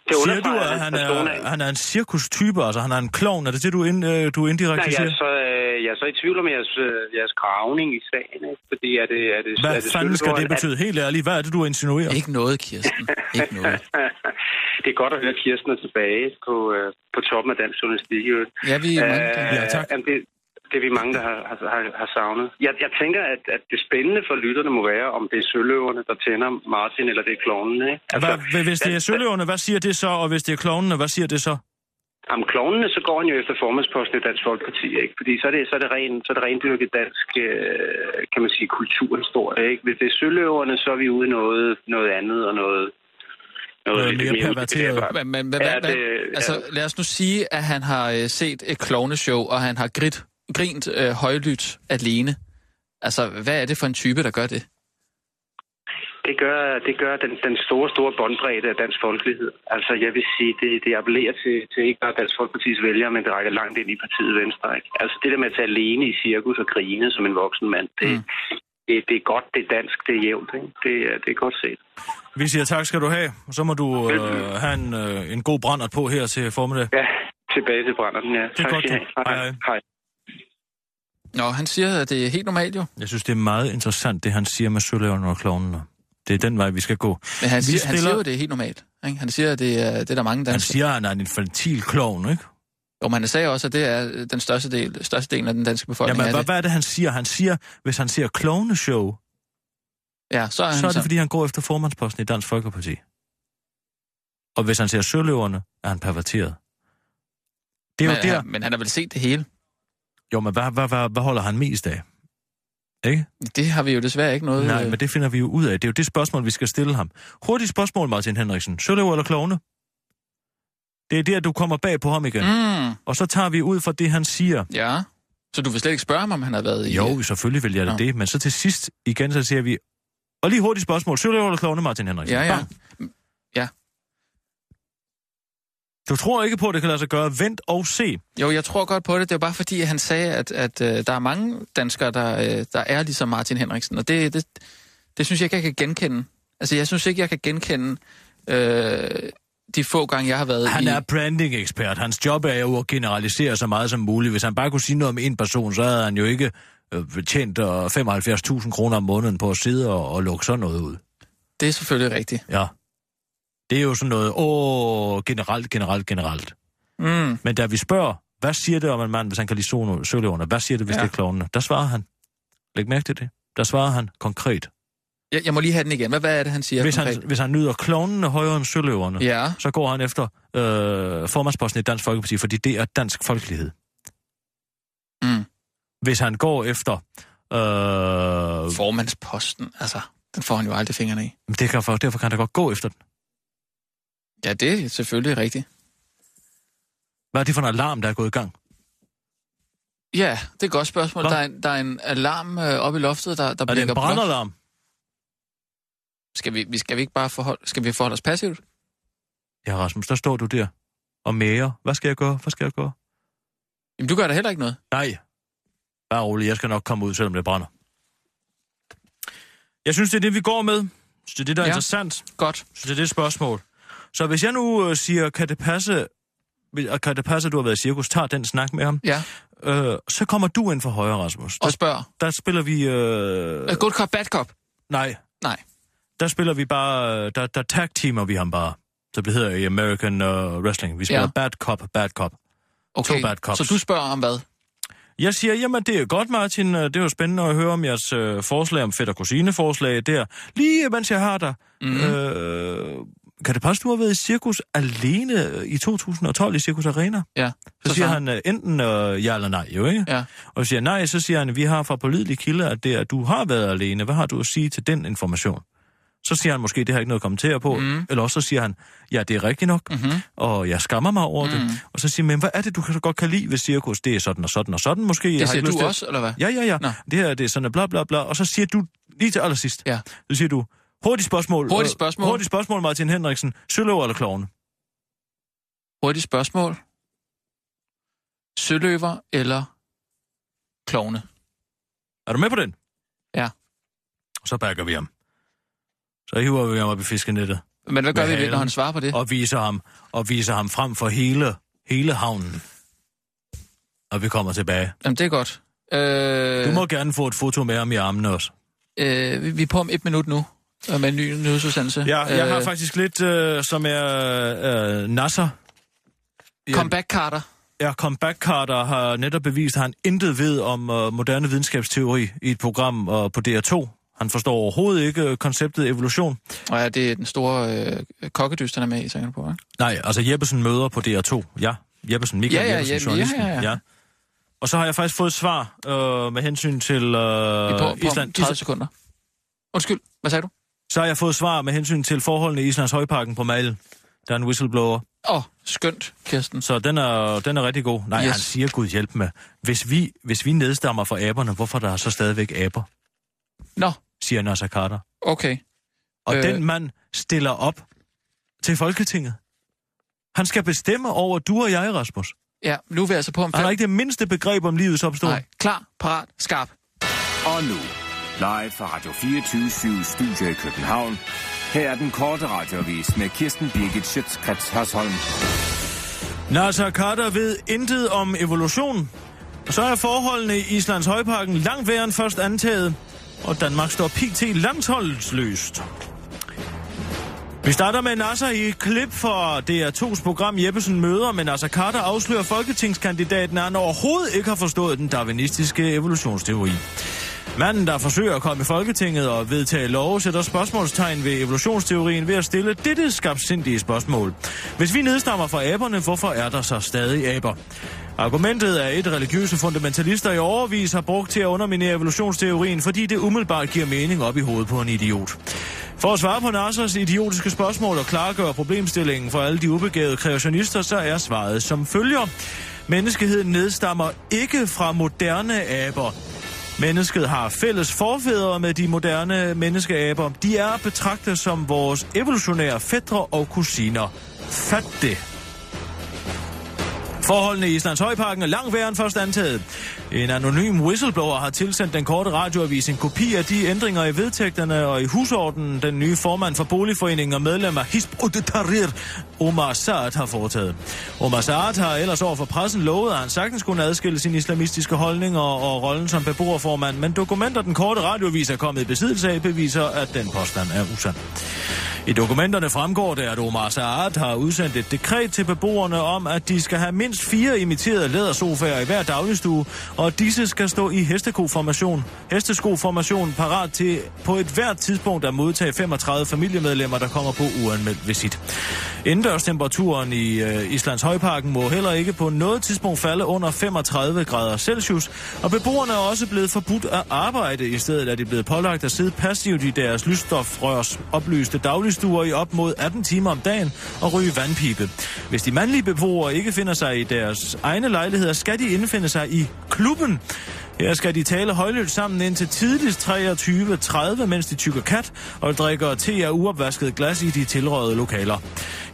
Speaker 7: Det
Speaker 4: Siger du,
Speaker 7: understreger
Speaker 4: at
Speaker 7: hans
Speaker 4: han
Speaker 7: persona.
Speaker 4: er, han er en cirkustype, altså han er en klovn? Er det det, du, ind, øh, du indirekte
Speaker 7: Nej, jeg
Speaker 4: siger?
Speaker 7: er, så, øh, jeg er så i tvivl om jeres, øh, jeres gravning i sagen, ikke? Fordi er det... Er det er
Speaker 4: Hvad
Speaker 7: det
Speaker 4: fanden skal det
Speaker 7: Sølvgården?
Speaker 4: betyde? Helt ærligt, hvad er det, du insinuerer?
Speaker 5: Ikke noget, Kirsten. Ikke noget.
Speaker 7: *laughs* det er godt at høre, at Kirsten er tilbage på, øh, på toppen af dansk journalistik. i øvrigt.
Speaker 5: Ja, vi er mange, der-
Speaker 7: Øh,
Speaker 4: Ja, tak.
Speaker 7: Jamen, det, det er vi mange, der har, har, har- har savnet. Jeg, jeg tænker, at, at det spændende for lytterne må være, om det er søløverne, der tænder Martin, eller det er klovnene. ikke?
Speaker 4: Altså,
Speaker 7: Altså,
Speaker 4: Hvad, hva- hvis det er søløverne, hvad siger det så? Og hvis det er klovnene, hvad siger det så?
Speaker 7: Om klovnene, så går han jo efter formandsposten i Dansk Folkeparti, ikke? Fordi så er det, så er det, ren, så er det rendyrket dansk, øh, kan man sige, kulturhistorie, ikke? Hvis det er søløverne, så er vi ude i noget, noget andet og noget...
Speaker 4: Noget
Speaker 7: lidt
Speaker 4: mere perverteret.
Speaker 7: udefinerbart.
Speaker 5: Men, men hvad,
Speaker 7: Ja,
Speaker 5: hvad, hvad,
Speaker 7: det-
Speaker 5: altså, lad os nu sige, at han har øh, set et klovneshow, og han har grit, grint øh, højlydt alene. Altså, hvad er det for en type, der gør det?
Speaker 7: Det gør, det gør den, den store, store båndbredde af dansk folkelighed. Altså, jeg vil sige, det, det appellerer til, til ikke bare Dansk Folkeparti's vælgere, men det rækker langt ind i partiet Venstre. Ikke? Altså, det der med at tage alene i cirkus og grine som en voksen mand, det,
Speaker 5: Mm.
Speaker 7: mm. det, det er godt, det er dansk, det er jævnt. Ikke? Det, er- det er godt set.
Speaker 4: Vi siger tak skal du have, og så må du øh, have en, øh, en god brændert på her til formiddag.
Speaker 7: Ja, tilbage til brænderten, ja.
Speaker 4: er godt,
Speaker 7: skal I
Speaker 4: du.
Speaker 7: have.
Speaker 4: Hej, hej.
Speaker 7: Hej.
Speaker 5: Nå, han siger, at det er helt normalt jo.
Speaker 4: Jeg synes, det er meget interessant, det han siger med søløverne og klovnene. Det er den vej, vi skal gå.
Speaker 5: Men han,
Speaker 4: Vi
Speaker 5: siger, han
Speaker 4: stiller-
Speaker 5: siger jo, at det er helt normalt. Ikke? Han siger, at det er, det er der mange
Speaker 4: Han
Speaker 5: danskere.
Speaker 4: siger, at han er en infantil klovn, ikke?
Speaker 5: Og man sagde også, at det er den største del, største del af den danske befolkning.
Speaker 4: Jamen,
Speaker 5: er
Speaker 4: hvad,
Speaker 5: det.
Speaker 4: hvad er det, han siger? Han siger, hvis han siger klovneshow,
Speaker 5: Ja, så er han
Speaker 4: så er det,
Speaker 5: sådan.
Speaker 4: fordi han går efter formandsposten i Dansk Folkeparti. Og hvis han ser søløverne, er han perverteret. Det er jo
Speaker 5: men,
Speaker 4: der...
Speaker 5: han, men han har vel set det hele.
Speaker 4: Jo, men hvad, hvad, hvad, hvad holder han mest af? Ikke?
Speaker 5: Det har vi jo desværre ikke noget...
Speaker 4: Nej,
Speaker 5: øh,
Speaker 4: men det finder vi jo ud af. Det er jo det spørgsmål, vi skal stille ham. Hurtigt spørgsmål, Martin Henriksen. Søløver eller klovne? Det er der, du kommer bag på ham igen. Mm.
Speaker 5: Mm,
Speaker 4: Og så tager vi ud fra det, han siger.
Speaker 5: ja. Så du vil slet ikke spørge ham, om han har været i...
Speaker 4: Jo, selvfølgelig vil jeg da
Speaker 5: Nå.
Speaker 4: det. Men så til sidst igen, så siger vi... Og lige hurtigt spørgsmål. Søløver eller klovne, Martin Henriksen?
Speaker 5: Ja, ja.
Speaker 4: Bang. Du tror ikke på, at det kan lade sig gøre. Vent og se.
Speaker 5: Jo, jeg tror godt på det. Det er jo bare fordi, at han sagde, at, at øh, der er mange danskere, der, øh, der er ligesom Martin Henriksen. Og det, det, det synes jeg ikke, jeg kan genkende. Altså, jeg synes ikke, jeg kan genkende øh, de få gange, jeg har været i...
Speaker 4: Han er branding-ekspert. Hans job er jo at generalisere så meget som muligt. Hvis han bare kunne sige noget om en person, så havde han jo ikke øh, tjent øh, 75.000 kroner om måneden på at sidde og, og lukke sådan noget ud.
Speaker 5: Det er selvfølgelig rigtigt.
Speaker 4: Ja. Det er jo sådan noget, åh, generelt, generelt, generelt.
Speaker 5: Mm.
Speaker 4: Men da vi spørger, hvad siger det om en mand, hvis han kan lide solo- søløverne? Hvad siger det, hvis ja.
Speaker 5: Ja.
Speaker 4: det er klovnene? Der svarer han. Læg mærke til det. Der svarer han konkret.
Speaker 5: Jeg, jeg må lige have den igen. Hvad, hvad er det, han siger?
Speaker 4: Hvis
Speaker 5: konkret?
Speaker 4: han, hvis han nyder klovnene højere end søløverne,
Speaker 5: Ja,
Speaker 4: så går han efter øh, formandsposten i Dansk Folkeparti, fordi det er dansk folkelighed.
Speaker 5: Mm.
Speaker 4: Hvis han går efter... Øh,
Speaker 5: formandsposten. Altså, den får han jo aldrig fingrene i.
Speaker 4: det kan, for, derfor kan han da godt gå efter den.
Speaker 5: Ja, det er selvfølgelig rigtigt.
Speaker 4: Hvad er det for en alarm, der er gået i gang?
Speaker 5: Ja, det er et godt spørgsmål.
Speaker 4: Hvad?
Speaker 5: Der er, en, der er en alarm øh, oppe i loftet, der, der
Speaker 4: Er det en
Speaker 5: blinker blåt.
Speaker 4: brandalarm?
Speaker 5: Skal vi, vi, skal vi ikke bare forholde, skal vi forholde os passivt?
Speaker 4: Ja, Rasmus, der står du der og mere. Hvad skal jeg gøre? Hvad skal jeg gøre?
Speaker 5: Jamen, du gør da heller ikke noget.
Speaker 4: Nej. Bare rolig, jeg skal nok komme ud, selvom det brænder. Jeg synes, det er det, vi går med. Jeg synes, det er det, der er ja.
Speaker 5: Ja.
Speaker 4: interessant.
Speaker 5: Godt.
Speaker 4: Så det er det spørgsmål. Så hvis jeg nu øh, siger, kan det passe, vil- og kan det passe, at du har været i cirkus, tager den snak med ham,
Speaker 5: Ja,
Speaker 4: øh, så kommer du ind for højre, Rasmus. Der,
Speaker 5: og spørg.
Speaker 4: der spiller vi... Øh,
Speaker 5: Øh, good cop, bad cop.
Speaker 4: nej,
Speaker 5: Nej.
Speaker 4: der spiller vi bare... øh, Der, der tag-teamer vi ham bare. Så det hedder i American uh, Wrestling. Vi spiller ja.
Speaker 5: Ja.
Speaker 4: bad cop, bad cop.
Speaker 5: Okay,
Speaker 4: To bad cops.
Speaker 5: så du spørger om hvad?
Speaker 4: Jeg siger, jamen det er godt, Martin. Øh, Det er jo spændende at høre om jeres øh, forslag, om fedt- og kusineforslag der. Lige mens jeg har dig.
Speaker 5: Mhm.
Speaker 4: Mm. Øh, kan det passe, du har været i cirkus alene øh, i 2012 i Cirkus Arena?
Speaker 5: Ja.
Speaker 4: Så, så siger han øh, enten øh, ja eller nej, jo ikke?
Speaker 5: Ja.
Speaker 4: Og siger nej, så siger han, vi har fra pålidelige kilder, at det er, at du har været alene. Hvad har du at sige til den information? Så siger han måske, det har jeg ikke noget at kommentere på.
Speaker 5: Mhm.
Speaker 4: Mm. Eller også så siger han, ja, det er rigtigt nok,
Speaker 5: Mm.
Speaker 4: mm-hmm. og jeg skammer mig over mm. det. Og så siger han, men hvad er det, du kan- godt kan lide ved cirkus? Det er sådan og sådan og sådan måske. jeg
Speaker 5: Det
Speaker 4: har
Speaker 5: siger
Speaker 4: ikke lyst
Speaker 5: du
Speaker 4: til at-
Speaker 5: også, eller hvad?
Speaker 4: Ja, ja, ja. Nå.
Speaker 5: Nå.
Speaker 4: Det her, det er sådan, bla bla bla. Og så siger du, lige til allersidst,
Speaker 5: Ja.
Speaker 4: så siger du, hurtigt spørgsmål.
Speaker 5: Hurtigt
Speaker 4: øh,
Speaker 5: spørgsmål.
Speaker 4: Hurtigt spørgsmål, Martin Henriksen. Søløver eller klovne?
Speaker 5: Hurtigt spørgsmål. Søløver eller klovne?
Speaker 4: Er du med på den?
Speaker 5: Ja.
Speaker 4: Og så bakker vi ham. Så hiver vi ham op i fiskenettet.
Speaker 5: Men hvad gør
Speaker 4: Med
Speaker 5: vi ved,
Speaker 4: halen.
Speaker 5: når han svarer på det?
Speaker 4: og viser ham, og viser ham frem for hele, hele havnen. Og vi kommer tilbage.
Speaker 5: Jamen, det er godt. Øh,
Speaker 4: Du må gerne få et foto med ham i armene også.
Speaker 5: øh, vi- vi er på om et minut nu øh, med en ny nyhedsudsendelse.
Speaker 4: Ja, jeg har
Speaker 5: Øh,
Speaker 4: faktisk lidt, øh, som er øh, Nasser.
Speaker 5: Comeback Carter.
Speaker 4: Ja, comeback Carter har netop bevist, at han intet ved om øh, moderne videnskabsteori i et program øh, på DR2. Han forstår overhovedet ikke øh, konceptet evolution.
Speaker 5: Og ja, det er den store øh, kokkedyst, han er med i, tænker du på, ikke?
Speaker 4: Nej, altså Jeppesen møder på DR2. Ja, Jeppesen, Michael
Speaker 5: Ja, ja,
Speaker 4: Jeppesen,
Speaker 5: ja,
Speaker 4: journalisten.
Speaker 5: ja, ja, ja.
Speaker 4: Og så har jeg faktisk fået svar øh, med hensyn til øh,
Speaker 5: Vi er på, på
Speaker 4: Island.
Speaker 5: om 30 sekunder. Undskyld, hvad sagde du?
Speaker 4: Så har jeg fået svar med hensyn til forholdene i Islands Højparken på Malen. Der er en whistleblower,
Speaker 5: Åh, oh, skønt, Kirsten.
Speaker 4: så den er, den er rigtig god. Nej, yes.
Speaker 5: Yes.
Speaker 4: han siger Gud hjælp med. Hvis vi, hvis vi nedstammer fra aberne, hvorfor der er så stadigvæk aber,
Speaker 5: Nå,
Speaker 4: siger Nasser Carter.
Speaker 5: okay.
Speaker 4: Og øh...
Speaker 5: Øh.
Speaker 4: den mand stiller op til Folketinget. Han skal bestemme over du og jeg, Rasmus.
Speaker 5: Ja, nu er vi altså på om
Speaker 4: Han
Speaker 5: fem.
Speaker 4: har ikke det mindste begreb om livets opståen.
Speaker 5: Nej, klar, parat, skarp.
Speaker 6: Og nu, live fra Radio 24 Studio i København. Her er den korte radiovis med Kirsten Birgit Schøtzgrads Hasholm.
Speaker 4: Nasser Carter ved intet om evolution. Og så er forholdene i Islands Højparken langt værre end først antaget, og Danmark står pt. landsholdsløst. Vi starter med Nasser i et klip fra DR2's program Jeppesen Møder, men Nasser Carter afslører folketingskandidaten, at han overhovedet ikke har forstået den darwinistiske evolutionsteori. Manden, der forsøger at komme i Folketinget og vedtage lov, sætter spørgsmålstegn ved evolutionsteorien ved at stille dette skabsindige spørgsmål. Hvis vi nedstammer fra aberne, hvorfor er der så stadig aber? Argumentet er et religiøse fundamentalister i overvis har brugt til at underminere evolutionsteorien, fordi det umiddelbart giver mening op i hovedet på en idiot. For at svare på Nassers idiotiske spørgsmål og klargøre problemstillingen for alle de ubegavede kreationister, så er svaret som følger. Menneskeheden nedstammer ikke fra moderne aber. Mennesket har fælles forfædre med de moderne menneskeaber. De er at betragte som vores evolutionære fædre og kusiner. Fat det. Forholdene i Islands Højparken er langt værre end først antaget. En anonym whistleblower har tilsendt den korte radioavis en kopi af de ændringer i vedtægterne og i husordenen, den nye formand for Boligforeningen og medlem af Hisb ut Tahrir, Omar Saad, har foretaget. Omar Saad har ellers over for pressen lovet, at han sagtens kunne adskille sine islamistiske holdninger og rollen som beboerformand, men dokumenter, den korte radioavis er kommet i besiddelse af, beviser, at den påstand er usand. I dokumenterne fremgår det, at Omar Saad har udsendt et dekret til beboerne om, at de skal have mindst fire imiterede lædersofaer i hver dagligstue, og at disse skal stå i hestekoformation. Hesteskoformation parat til på et hvert tidspunkt at modtage 35 familiemedlemmer, der kommer på uanmeldt visit. Indendørstemperaturen i øh, Islands Højparken må heller ikke på noget tidspunkt falde under 35 grader Celsius, og beboerne er også blevet forbudt at arbejde. I stedet er de blevet pålagt at sidde passivt i deres lysstofrørs oplyste dagligstuer i op mod 18 timer om dagen og ryge vandpipe. Hvis de mandlige beboere ikke finder sig i deres egne lejligheder, skal de indfinde sig i klubben. Her skal de tale højlydt sammen indtil tidligst 23.30, mens de tykker kat og drikker te af uopvasket glas i de tilrøjede lokaler.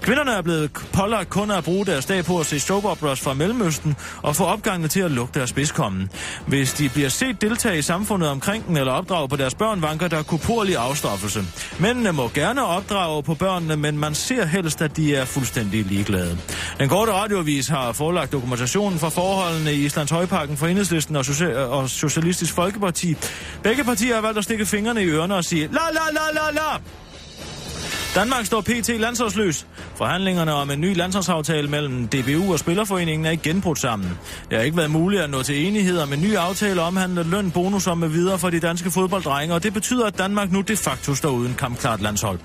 Speaker 4: Kvinderne er blevet pålagt kun at bruge deres dag på at se soap operas fra Mellemøsten og få opgangene til at lukke deres spidskommen. Hvis de bliver set deltage i samfundet omkring den eller opdrage på deres børn, vanker der kuporlig afstraffelse. Mændene må gerne opdrage på børnene, men man ser helst, at de er fuldstændig ligeglade. Den korte radiovis har forelagt dokumentationen for forholdene i Islands Højparken for Enhedslisten og, Socia- og Socialistisk Folkeparti. Begge partier har valgt at stikke fingrene i ørerne og sige la la la la la. Danmark står pt. landsholdsløs. Forhandlingerne om en ny landsholdsaftale mellem DBU og Spillerforeningen er igen brudt sammen. Det har ikke været muligt at nå til enighed om en ny aftale omhandlende løn, bonus og med videre for de danske fodbolddrenge, og det betyder, at Danmark nu de facto står uden kampklart landshold.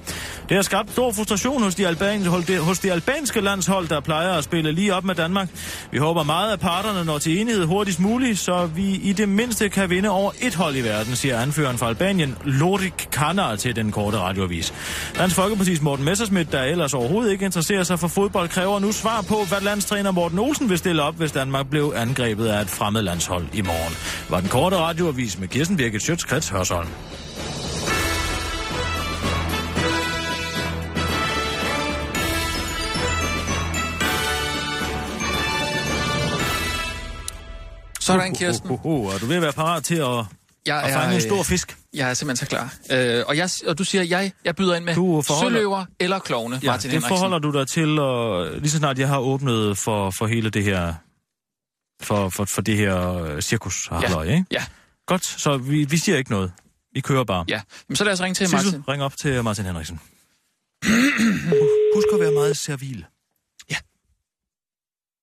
Speaker 4: Det har skabt stor frustration hos de, alban, hos de albanske landshold, der plejer at spille lige op med Danmark. Vi håber meget, at parterne når til enighed hurtigst muligt, så vi i det mindste kan vinde over et hold i verden, siger anføreren fra Albanien, Lorik Kanar, til den korte radioavis. Dansk Folkeparti's Morten Messerschmidt, der ellers overhovedet ikke interesserer sig for fodbold, kræver nu svar på, hvad landstræner Morten Olsen vil stille op, hvis Danmark blev angrebet af et fremmed landshold i morgen. Var den korte radioavis med Kirsten Birgit Schøtz, Hørsholm.
Speaker 5: Sådan, Kirsten.
Speaker 4: Uh, uh, uh, er du ved at være parat til at,
Speaker 5: Jeg
Speaker 4: at
Speaker 5: er,
Speaker 4: fange en
Speaker 5: øh,
Speaker 4: stor fisk?
Speaker 5: Jeg er simpelthen så klar. Øh, og, jeg, og du siger, jeg, jeg byder ind med
Speaker 4: Du forholder-
Speaker 5: søløver eller klovne, ja,
Speaker 4: Ja,
Speaker 5: Martin
Speaker 4: det
Speaker 5: Henriksen.
Speaker 4: forholder du dig til, og lige så snart jeg har åbnet for, for hele det her for, for, for det her øh, cirkus, ja. ikke?
Speaker 5: Ja,
Speaker 4: Godt, så vi, vi siger ikke noget. Vi kører bare.
Speaker 5: ja. Men så lad os ringe til
Speaker 4: Sissel,
Speaker 5: Martin.
Speaker 4: ring op til Martin Henriksen. Husk at være meget servil.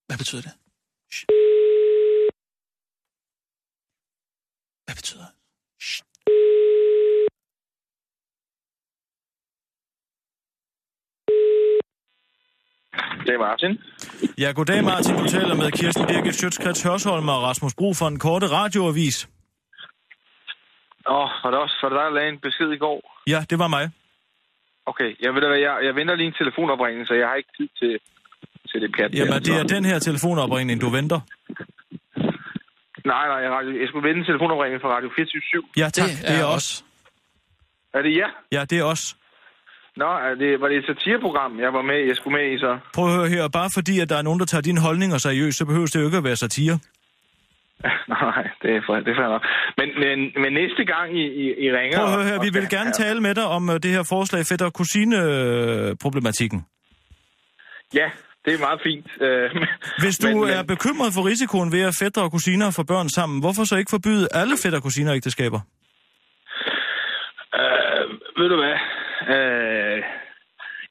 Speaker 5: Hvad betyder det? Shh. Hvad betyder det? Shh.
Speaker 7: Det er Martin.
Speaker 4: Ja, goddag Martin. Du taler med Kirsten Birgit Sjøtskrets Hørsholm og Rasmus Bro for en korte radioavis.
Speaker 8: Åh, var det også for dig, der lagde en besked i går?
Speaker 4: Ja, det var mig.
Speaker 8: Okay, jeg, ved, da hvad, jeg, jeg venter lige en telefonopringning, så jeg har ikke tid til, til det pjat. der.
Speaker 4: Jamen, det er
Speaker 8: Så-
Speaker 4: den her telefonopringning, du venter.
Speaker 8: Nej, nej, jeg, radio, jeg skulle vente en telefonopringning fra Radio 24
Speaker 4: Ja, tak. Det, det er os.
Speaker 8: Er det jer?
Speaker 4: Ja, det er os.
Speaker 8: Nå, er det, var det et satireprogram, jeg var med, jeg skulle med i så? *laughs*
Speaker 4: Prøv at høre her. Bare fordi, at der er nogen, der tager dine holdninger seriøst, så behøver det jo ikke at være satire.
Speaker 8: nej, nej, det er, for, det er fair nok. Men, men, men næste gang I, I, I ringer...
Speaker 4: Prøv at høre her.
Speaker 8: og-
Speaker 4: Vi
Speaker 8: og-
Speaker 4: vil gerne tale med dig om øh, det her forslag fætter øh, kusine-problematikken.
Speaker 8: Ja, det er meget fint. øh, *laughs* men-
Speaker 4: Hvis du
Speaker 8: men,
Speaker 4: men, er bekymret for risikoen ved at fætter og kusiner får børn sammen, hvorfor så ikke forbyde alle fætter og kusiner ægteskaber?
Speaker 8: Øh, ved du hvad? Øh,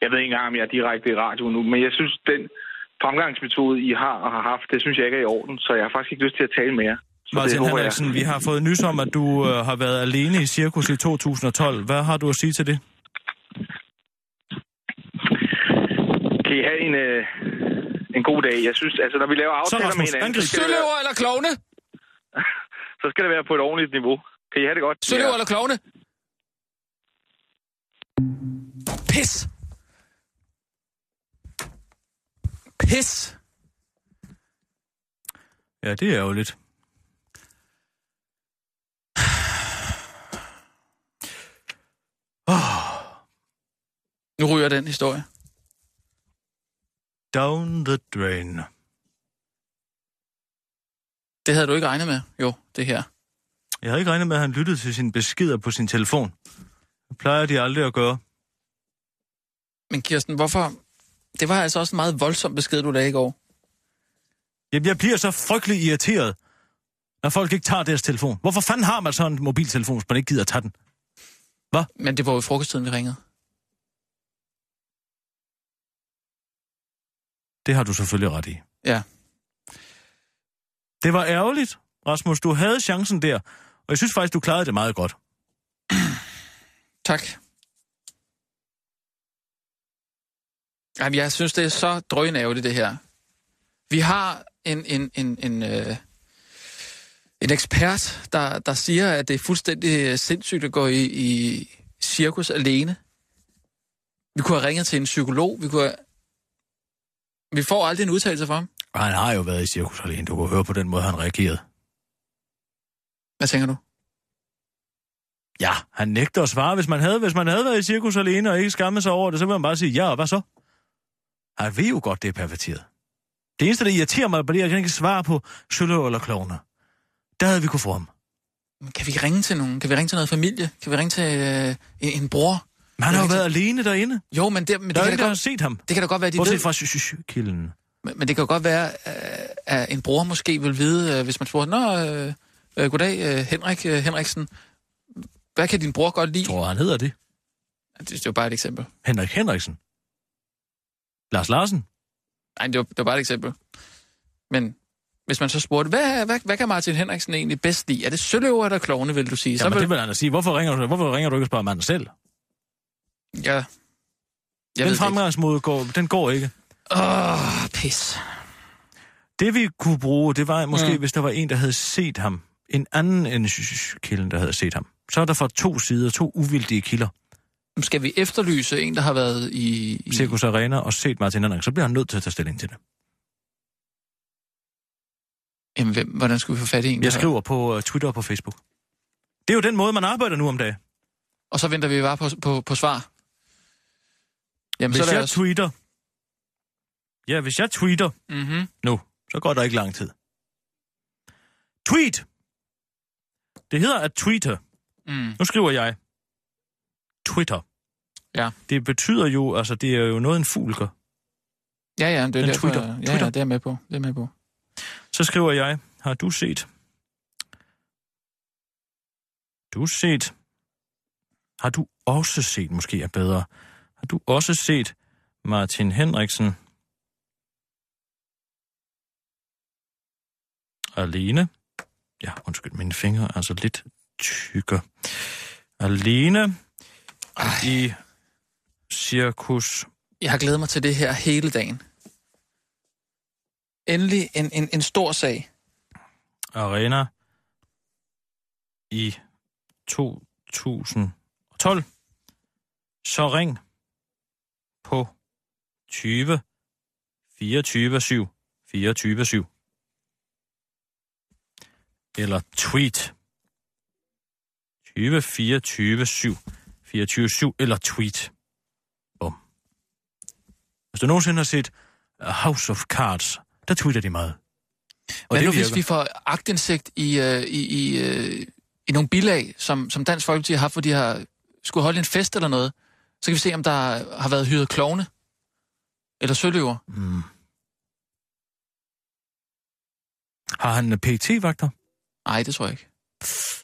Speaker 8: jeg ved ikke engang, om jeg er direkte i radio nu, men jeg synes, den fremgangsmetode, I har og har haft, det synes jeg ikke er i orden, så jeg har faktisk ikke lyst til at tale mere. Så det
Speaker 4: Martin
Speaker 8: håber jeg.
Speaker 4: Henriksen, vi har fået nys om, at du øh, har været alene i cirkus i 2012. Hvad har du at sige til det?
Speaker 8: Kan I have en, øh, en god dag. Jeg synes, altså, når vi laver
Speaker 4: Så
Speaker 8: aftaler med
Speaker 4: Rasmus,
Speaker 8: hinanden, så
Speaker 4: angrib.
Speaker 8: skal, det være,
Speaker 5: Søløver eller klovne?
Speaker 8: så skal det være på et ordentligt niveau. Kan I have det godt?
Speaker 5: Søløver eller klovne?
Speaker 1: Pis. Pis.
Speaker 4: Ja, det er ærgerligt.
Speaker 5: Nu ryger den historie.
Speaker 4: Down the drain.
Speaker 5: Det havde du ikke regnet med, jo, det her.
Speaker 4: Jeg havde ikke regnet med, at han lyttede til sine beskeder på sin telefon. Det plejer de aldrig at gøre.
Speaker 5: Men Kirsten, hvorfor... Det var altså også en meget voldsom besked, du lagde i går.
Speaker 4: Jamen, jeg bliver så frygtelig irriteret, når folk ikke tager deres telefon. Hvorfor fanden har man sådan en mobiltelefon, hvis man ikke gider at tage den?
Speaker 5: Men det var jo i frokosttiden, vi ringede.
Speaker 4: Det har du selvfølgelig ret i.
Speaker 5: Ja.
Speaker 4: Det var ærgerligt, Rasmus. Du havde chancen der, og jeg synes faktisk, du klarede det meget godt.
Speaker 5: Tak. Jamen, jeg synes, det er så drønærveligt, det her. Vi har en, en, en, en, øh, en ekspert, der, der siger, at det er fuldstændig øh, sindssygt at gå i, i cirkus alene. Vi kunne have ringet til en psykolog. Vi, kunne have... vi får aldrig en udtalelse fra ham.
Speaker 4: Og han har jo været i cirkus alene. Du kunne høre på den måde, han reagerede.
Speaker 5: Hvad tænker du?
Speaker 4: Ja, han nægter at svare. Hvis man havde, hvis man havde været i cirkus alene og ikke skammet sig over det, så ville man bare sige, ja, og hvad så? Han ved jo godt, det er perverteret. Det eneste, der irriterer mig, er, bare, at jeg kan ikke svare på søløv eller klovner. Der havde vi kunne få ham.
Speaker 5: Men Kan vi ikke ringe til nogen? Kan vi ringe til noget familie? Kan vi ringe til øh, en, en bror?
Speaker 4: Men han har jo
Speaker 5: Jeg kan
Speaker 4: været alene derinde.
Speaker 5: Jo, men, det, men
Speaker 4: Der
Speaker 5: det,
Speaker 4: er
Speaker 5: kan
Speaker 4: ingen,
Speaker 5: da
Speaker 4: der har
Speaker 5: godt,
Speaker 4: set ham.
Speaker 5: det kan da godt være, at de ved...
Speaker 4: Bortset fra sy- sy- kilden.
Speaker 5: Men men det kan jo godt være, øh, at en bror måske vil vide, øh, hvis man spurgte, Nå, øh, øh, goddag øh, Henrik øh, Henriksen, hvad kan din bror godt lide?
Speaker 4: Tror han hedder det?
Speaker 5: Det, det var bare et eksempel.
Speaker 4: Henrik Henriksen. Lars Larsen.
Speaker 5: Nej, det var, det var bare et eksempel. Men hvis man så spurgte, hvad, hvad, hvad kan Martin Henriksen egentlig bedst lide? Er det søløver eller klovne, vil du sige?
Speaker 4: Jamen,
Speaker 5: så vil,
Speaker 4: det vil han da sige. Hvorfor ringer du, hvorfor ringer du ikke og spørger manden selv?
Speaker 5: Ja. Jeg ved
Speaker 4: den
Speaker 5: det ikke.
Speaker 4: fremgangsmåde går, den går ikke.
Speaker 5: Åh, oh, pis.
Speaker 4: Det vi kunne bruge, det var måske, mm. hvis der var en, der havde set ham. En anden end sh- sh- kilden, der havde set ham. Så er der fra to sider, to uvildige kilder,
Speaker 5: Nu skal vi efterlyse en, der har været i... i...
Speaker 4: Cirkus Arena og set Martin Henrik, så bliver han nødt til at tage stilling til det.
Speaker 5: Jamen, hvem, hvordan skal vi få fat i en?
Speaker 4: Jeg
Speaker 5: der-
Speaker 4: skriver på uh, Twitter og på Facebook. Det er jo den måde, man arbejder nu om dagen.
Speaker 5: Og så venter vi bare på, på, på svar. Jamen,
Speaker 4: Hvis
Speaker 5: så lad
Speaker 4: jeg
Speaker 5: os...
Speaker 4: tweeter... Ja, hvis jeg tweeter
Speaker 5: Mm-hmm.
Speaker 4: nu, så går der ikke lang tid. Tweet! Det hedder at tweete.
Speaker 5: Mm.
Speaker 4: Nu skriver jeg Twitter.
Speaker 5: Ja.
Speaker 4: Det betyder jo, altså det er jo noget en fugl gør.
Speaker 5: Ja, ja, det er
Speaker 4: Den
Speaker 5: derfor,
Speaker 4: Twitter.
Speaker 5: Ja,
Speaker 4: Twitter.
Speaker 5: ja, det er jeg med på. Det er jeg med på.
Speaker 4: Så skriver jeg, har du set? Du set? Har du også set, måske er bedre. Har du også set Martin Henriksen? Alene? Ja, undskyld, mine fingre er altså lidt tykke. Alene i cirkus.
Speaker 5: Jeg har glædet mig til det her hele dagen. Endelig en, en, en stor sag.
Speaker 4: Arena i 2012, så ring på 20 24 7 24 7. Eller tweet 20 24 7 24 7 eller tweet. Bum. Hvis du nogensinde har set uh, House of Cards, der tweeter de meget.
Speaker 5: Og Hvad nu,
Speaker 4: virker.
Speaker 5: hvis vi får agtindsigt i, øh, i, i, øh, i nogle bilag, som, som Dansk Folkeparti har haft, hvor de har skulle holde en fest eller noget, så kan vi se, om der har været hyret klovne eller søløver.
Speaker 4: Mm. Har han pt vagter
Speaker 5: Nej, det tror jeg ikke.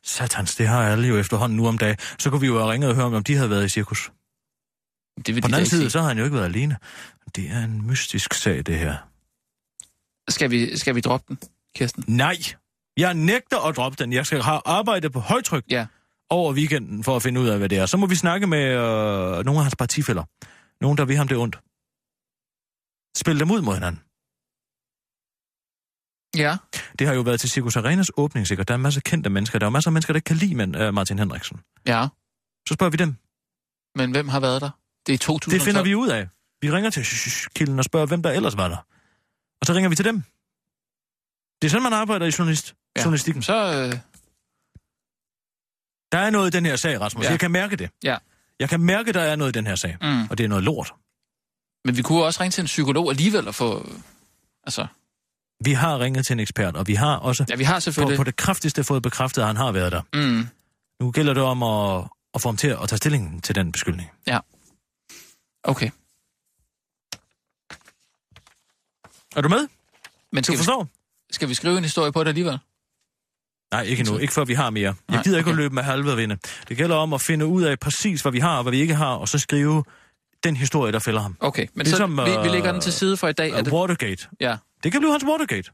Speaker 4: Satans, det har alle jo efterhånden nu om dagen. Så kunne vi jo have ringet og høre, om de havde været i cirkus.
Speaker 5: Det vil
Speaker 4: På den
Speaker 5: de da
Speaker 4: anden
Speaker 5: ikke
Speaker 4: side,
Speaker 5: sige.
Speaker 4: så har han jo ikke været alene. Det er en mystisk sag, det her.
Speaker 5: Skal vi, skal vi droppe den, Kirsten?
Speaker 4: Nej, jeg nægter at droppe den. Jeg skal have arbejde på højtryk
Speaker 5: Ja.
Speaker 4: over weekenden for at finde ud af, hvad det er. Så må vi snakke med øh, nogle af hans partifælder. Nogle, der ved ham det ondt. Spil dem ud mod hinanden.
Speaker 5: Ja.
Speaker 4: Det har jo været til Cirkus Arenas åbning, sikkert. Der er masser af kendte mennesker. Der er masser af mennesker, der ikke kan lide men, øh, Martin Henriksen.
Speaker 5: Ja.
Speaker 4: Så spørger vi dem.
Speaker 5: Men hvem har været der? Det er 2012.
Speaker 4: Det finder vi ud af. Vi ringer til kilden og spørger, hvem der ellers var der. Og så ringer vi til dem. Det er sådan, man arbejder i journalist.
Speaker 5: Ja.
Speaker 4: Ja. journalistikken.
Speaker 5: Så, øh,
Speaker 4: Der er noget i den her sag, Rasmus.
Speaker 5: Ja.
Speaker 4: Ja. Jeg kan mærke det.
Speaker 5: Ja.
Speaker 4: Jeg kan mærke, der er noget i den her sag.
Speaker 5: Mm.
Speaker 4: Og det er noget lort.
Speaker 5: men vi kunne jo også ringe til en psykolog alligevel og få... Altså,
Speaker 4: Vi har ringet til en ekspert, og vi har også
Speaker 5: ja, vi har
Speaker 4: på,
Speaker 5: selvfølgelig...
Speaker 4: på det kraftigste fået bekræftet, at han har været der.
Speaker 5: Mm,
Speaker 4: Nu gælder det om at, at få ham til at tage stilling til den beskyldning.
Speaker 5: okay.
Speaker 4: Er du med?
Speaker 5: Men
Speaker 4: Du
Speaker 5: skal vi,
Speaker 4: forstår?
Speaker 5: skal vi skrive en historie på det alligevel?
Speaker 4: Nej, ikke nu. Ikke før vi har mere.
Speaker 5: Nej,
Speaker 4: Jeg gider ikke
Speaker 5: okay.
Speaker 4: at løbe med halve vinde. Det gælder om at finde ud af præcis, hvad vi har og hvad vi ikke har, og så skrive den historie, der fælder ham.
Speaker 5: Okay, men
Speaker 4: Ligesom,
Speaker 5: så vi, vi lægger den
Speaker 4: øh,
Speaker 5: til side for i dag. Er det,
Speaker 4: Det... Watergate.
Speaker 5: ja.
Speaker 4: Det kan blive hans Watergate.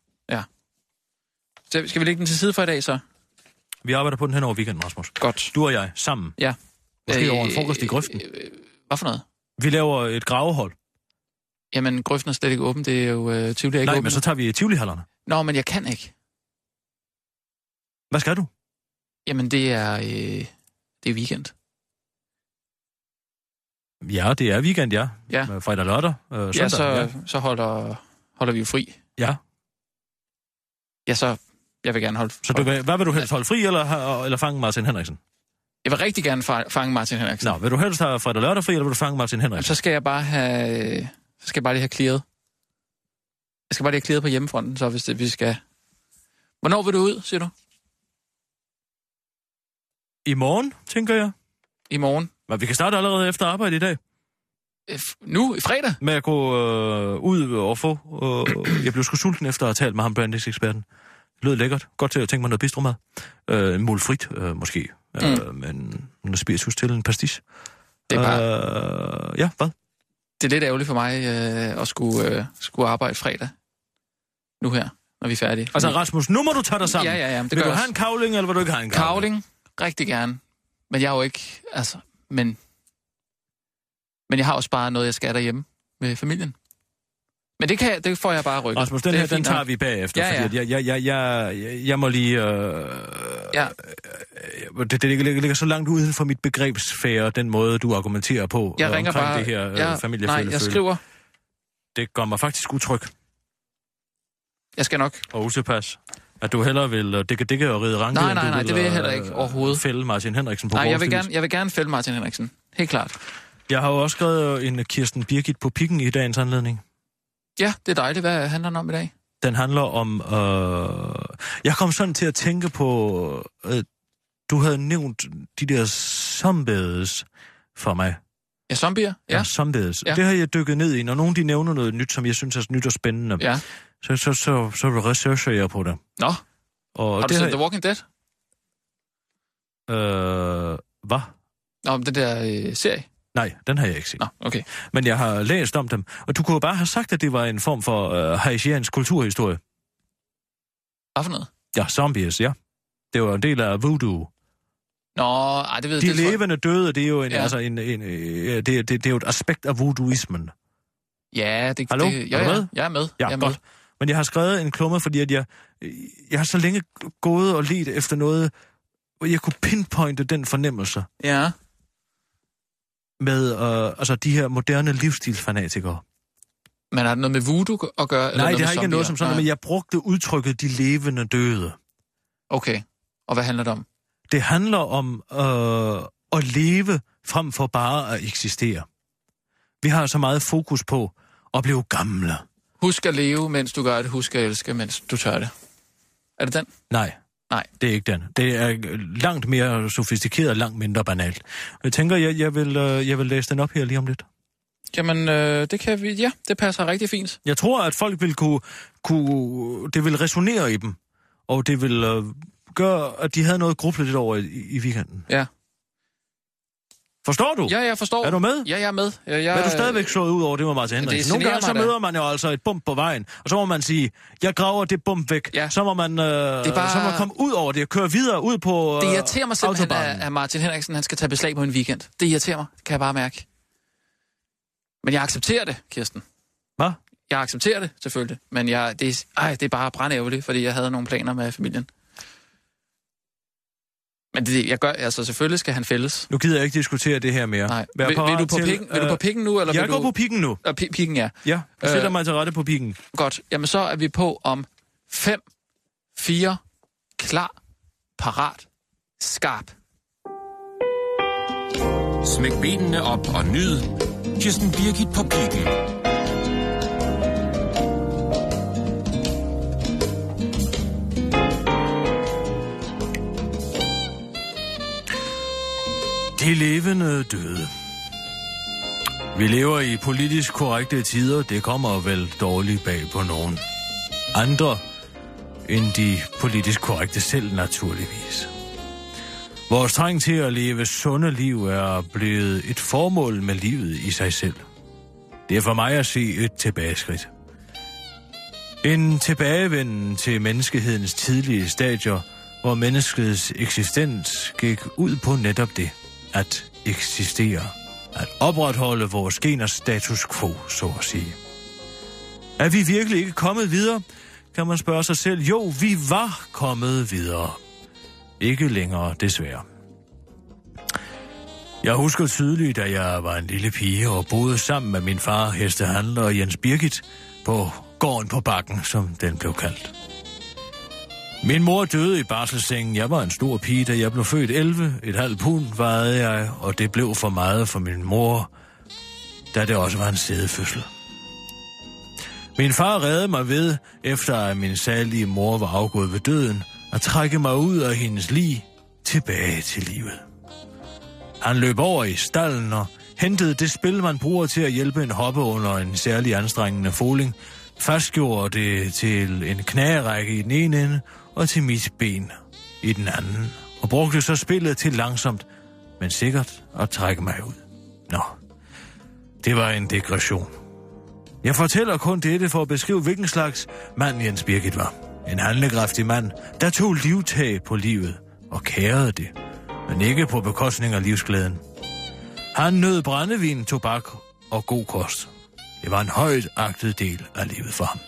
Speaker 5: Så skal vi lægge den til side for i dag så?
Speaker 4: Vi arbejder på den hen over weekenden, Rasmus.
Speaker 5: Godt.
Speaker 4: Du og jeg sammen.
Speaker 5: Ja.
Speaker 4: Måske over en frokost i grøften.
Speaker 5: Øh, øh, hvad for noget?
Speaker 4: Vi laver et gravehold.
Speaker 5: Jamen, grøften er slet ikke åben. Det er jo øh, Tivoli er ikke
Speaker 4: Nej,
Speaker 5: åben.
Speaker 4: men så tager vi tivoli -hallerne.
Speaker 5: Nå, men jeg kan ikke.
Speaker 4: Hvad skal du?
Speaker 5: Jamen, det er, øh, det er weekend.
Speaker 4: Ja, det er weekend, ja.
Speaker 5: Ja.
Speaker 4: Øh, Fredag, lørdag, øh, søndag.
Speaker 5: ja, så, ja. så holder, holder vi jo fri.
Speaker 4: Ja.
Speaker 5: Ja, så jeg vil gerne holde...
Speaker 4: Så du vil, hvad vil du helst holde fri, eller, ha- eller fange Martin Henriksen?
Speaker 5: Jeg vil rigtig gerne fa- fange Martin Henriksen.
Speaker 4: Nå, vil du helst have fredag lørdag fri, eller vil du fange Martin
Speaker 5: Jamen,
Speaker 4: Henriksen?
Speaker 5: så skal jeg bare have... øh, Så skal jeg bare lige have clearet. Jeg skal bare lige have clearet på hjemmefronten, så hvis det, vi skal... Hvornår vil du ud, siger du? Altså-
Speaker 4: I morgen, tænker jeg.
Speaker 5: I morgen?
Speaker 4: Men vi kan starte allerede efter arbejde i dag
Speaker 5: Øh, f- Nu? I fredag?
Speaker 4: med at gå øh, ud og få... Øh, jeg blev sgu sulten efter at have talt med ham, brandingseksperten. Det lød lækkert. Godt til at tænke mig noget bistromad. Øh, en mulfrit, øh, måske. Øh, men noget spiritus til en pastis.
Speaker 5: Det er, bare,
Speaker 4: Øh, ja, hvad?
Speaker 5: det er lidt ærgerligt for mig øh, at skulle, øh, skulle arbejde fredag. Nu her, når vi er færdige.
Speaker 4: Altså, Rasmus, nu må du tage dig sammen.
Speaker 5: Ja, ja, ja, men det
Speaker 4: vil
Speaker 5: gør
Speaker 4: du
Speaker 5: jeg
Speaker 4: have en kavling, eller vil du ikke have en kavling?
Speaker 5: Kavling, rigtig gerne. Men jeg er jo ikke, altså, men... Men jeg har også bare noget, jeg skal derhjemme med familien. Men det, kan, jeg- det får jeg bare rykket.
Speaker 4: Rasmus, den
Speaker 5: Det er
Speaker 4: her, den
Speaker 5: fint
Speaker 4: tager
Speaker 5: nok.
Speaker 4: vi bagefter,
Speaker 5: Ja,
Speaker 4: ja,
Speaker 5: ja.
Speaker 4: ja. fordi at jeg, jeg, jeg, jeg, jeg må lige... Øh,
Speaker 5: Ja,
Speaker 4: det, det ligger, ligger, ligger så langt uden for mit begrebsfære, den måde, du argumenterer på
Speaker 5: jeg
Speaker 4: øh,
Speaker 5: ringer
Speaker 4: omkring
Speaker 5: bare...
Speaker 4: det her øh,
Speaker 5: jeg,
Speaker 4: familiefølelse.
Speaker 5: Nej, jeg skriver.
Speaker 4: Det gør mig faktisk utryg
Speaker 5: Jeg skal nok.
Speaker 4: og utilpas, at du hellere vil øh, dække dække og ride ranke,
Speaker 5: Nej,
Speaker 4: end
Speaker 5: nej,
Speaker 4: du
Speaker 5: nej, det vil jeg
Speaker 4: øh,
Speaker 5: heller ikke overhovedet.
Speaker 4: fælde Martin Henriksen på
Speaker 5: Nej, jeg
Speaker 4: vores
Speaker 5: vil,
Speaker 4: vis.
Speaker 5: gerne, jeg vil gerne fælde Martin Henriksen. Helt klart.
Speaker 4: Jeg har jo også skrevet øh, en Kirsten Birgit på pikken i dagens anledning.
Speaker 5: Ja, det er dejligt. Hvad handler den om i dag?
Speaker 4: Den handler om... Øh... Jeg kom sådan til at tænke på... Øh... Du havde nævnt de der zombies for mig.
Speaker 5: Ja, zombier? Ja.
Speaker 4: Ja, zombies.
Speaker 5: Ja.
Speaker 4: Ja. Det har jeg dykket ned i. Når nogen de nævner noget nyt, som jeg synes er nyt og spændende, ja.
Speaker 5: ja.
Speaker 4: så, så, så, så researcher jeg på det.
Speaker 5: Nå,
Speaker 4: Og
Speaker 5: har du
Speaker 4: det
Speaker 5: set The Walking Dead?
Speaker 4: øh... Hvad?
Speaker 5: Nå, om den der øh, serie?
Speaker 4: Nej, den har jeg ikke set.
Speaker 5: Nå, okay.
Speaker 4: Men jeg har læst om dem. Og du kunne jo bare have sagt, at det var en form for øh, haitiansk kulturhistorie.
Speaker 5: Hvad for noget?
Speaker 4: Ja, zombies, ja. Det var en del af voodoo.
Speaker 5: Nå, ej, det ved jeg.
Speaker 4: De
Speaker 5: det tror jeg-
Speaker 4: levende døde, det er jo en,
Speaker 5: Ja.
Speaker 4: ja. altså en, en, øh, det, det, det er jo et aspekt af voodooismen.
Speaker 5: Ja, det,
Speaker 4: Hallo?
Speaker 5: det,
Speaker 4: Er
Speaker 5: ja,
Speaker 4: du
Speaker 5: ja,
Speaker 4: med?
Speaker 5: jeg er med.
Speaker 4: Ja,
Speaker 5: jeg er med.
Speaker 4: godt. Men jeg har skrevet en klumme, fordi at jeg, jeg har så længe gået og let efter noget, hvor jeg kunne pinpointe den fornemmelse
Speaker 5: Ja.
Speaker 4: med øh, altså de her moderne livsstilsfanatikere.
Speaker 5: Men har det noget med voodoo at gøre?
Speaker 4: Nej,
Speaker 5: eller noget
Speaker 4: det
Speaker 5: med
Speaker 4: har ikke noget som sådan,
Speaker 5: Nej.
Speaker 4: men jeg brugte udtrykket de levende døde.
Speaker 5: Okay. Og hvad handler det om?
Speaker 4: Det handler om øh, at leve frem for bare at eksistere. Vi har så meget fokus på at blive gamle.
Speaker 5: Husk at leve, mens du gør det. Husk at elske, mens du tør det. Er det den?
Speaker 4: Nej.
Speaker 5: Nej.
Speaker 4: Det er ikke den. Det er langt mere sofistikeret og langt mindre banalt. Jeg tænker, jeg, jeg, vil, øh, jeg vil læse den op her lige om lidt.
Speaker 5: Jamen, øh, det kan vi... Ja, det passer rigtig fint.
Speaker 4: Jeg tror, at folk vil kunne... kunne det vil resonere i dem. Og det vil øh, gøre, at de havde noget at gruble lidt over i, i weekenden.
Speaker 5: Ja.
Speaker 4: Forstår du?
Speaker 5: Ja, jeg forstår.
Speaker 4: Er du med?
Speaker 5: Ja, jeg er med. Jeg, jeg,
Speaker 4: Hvad er du stadigvæk slået ud over, det var Martin Henriksen. Nogle
Speaker 5: generer
Speaker 4: gange så
Speaker 5: mig da.
Speaker 4: møder man jo altså et bump på vejen, og så må man sige, jeg graver det bump væk.
Speaker 5: Ja.
Speaker 4: Så må man øh,
Speaker 5: er bare-
Speaker 4: så må man komme ud over det og køre videre ud på øh,
Speaker 5: Det irriterer mig simpelthen,
Speaker 4: autobahnen.
Speaker 5: at, at Martin Henriksen han skal tage beslag på en weekend. Det irriterer mig, kan jeg bare mærke. Men jeg accepterer det, Kirsten.
Speaker 4: Hvad?
Speaker 5: Jeg accepterer det, selvfølgelig. Men jeg, det, er- ej, det er bare brandærgerligt, fordi jeg havde nogle planer med familien. Men det, jeg gør, altså selvfølgelig skal han fældes.
Speaker 4: Nu gider jeg ikke diskutere det her mere.
Speaker 5: Nej.
Speaker 4: Vær
Speaker 5: Vil, vil, du
Speaker 4: parat
Speaker 5: på
Speaker 4: til,
Speaker 5: pikken, vil du på
Speaker 4: øh,
Speaker 5: pikken nu, eller
Speaker 4: Jeg
Speaker 5: vil
Speaker 4: går
Speaker 5: du...
Speaker 4: på pikken nu.
Speaker 5: Og pi- pikken, ja.
Speaker 4: Ja, jeg sætter
Speaker 5: Øh,
Speaker 4: mig til rette på pikken.
Speaker 5: Godt. Jamen, så er vi på om 5, 4, klar, parat, skarp.
Speaker 6: Smæk benene op og nyd. Kirsten Birgit på pikken.
Speaker 4: De levende døde. Vi lever i politisk korrekte tider. Det kommer vel dårligt bag på nogen. Andre end de politisk korrekte selv, naturligvis. Vores trang til at leve sunde liv er blevet et formål med livet i sig selv. Det er for mig at se et tilbageskridt. En tilbagevenden til menneskehedens tidlige stadier, hvor menneskets eksistens gik ud på netop det, at eksistere. At opretholde vores geners status quo, så at sige. Er vi virkelig ikke kommet videre? Kan man spørge sig selv. Jo, vi var kommet videre. Ikke længere, desværre. Jeg husker tydeligt, da jeg var en lille pige og boede sammen med min far, hestehandler Jens Birgit, på gården på bakken, som den blev kaldt. Min mor døde i barselssengen. Jeg var en stor pige, da jeg blev født 11. Et halvt pund vejede jeg, og det blev for meget for min mor, da det også var en sædefødsel. Min far reddede mig ved, efter at min særlige mor var afgået ved døden, at trække mig ud af hendes lig tilbage til livet. Han løb over i stallen og hentede det spil, man bruger til at hjælpe en hoppe under en særlig anstrengende foling, fastgjorde det til en knagerække i den ene ende og til mit ben i den anden, og brugte så spillet til langsomt, men sikkert at trække mig ud. Nå, det var en degression. Jeg fortæller kun dette for at beskrive, hvilken slags mand Jens Birgit var. En handlekraftig mand, der tog livtag på livet og kærede det, men ikke på bekostning af livsglæden. Han nød brændevin, tobak og god kost. Det var en højt agtet del af livet for ham.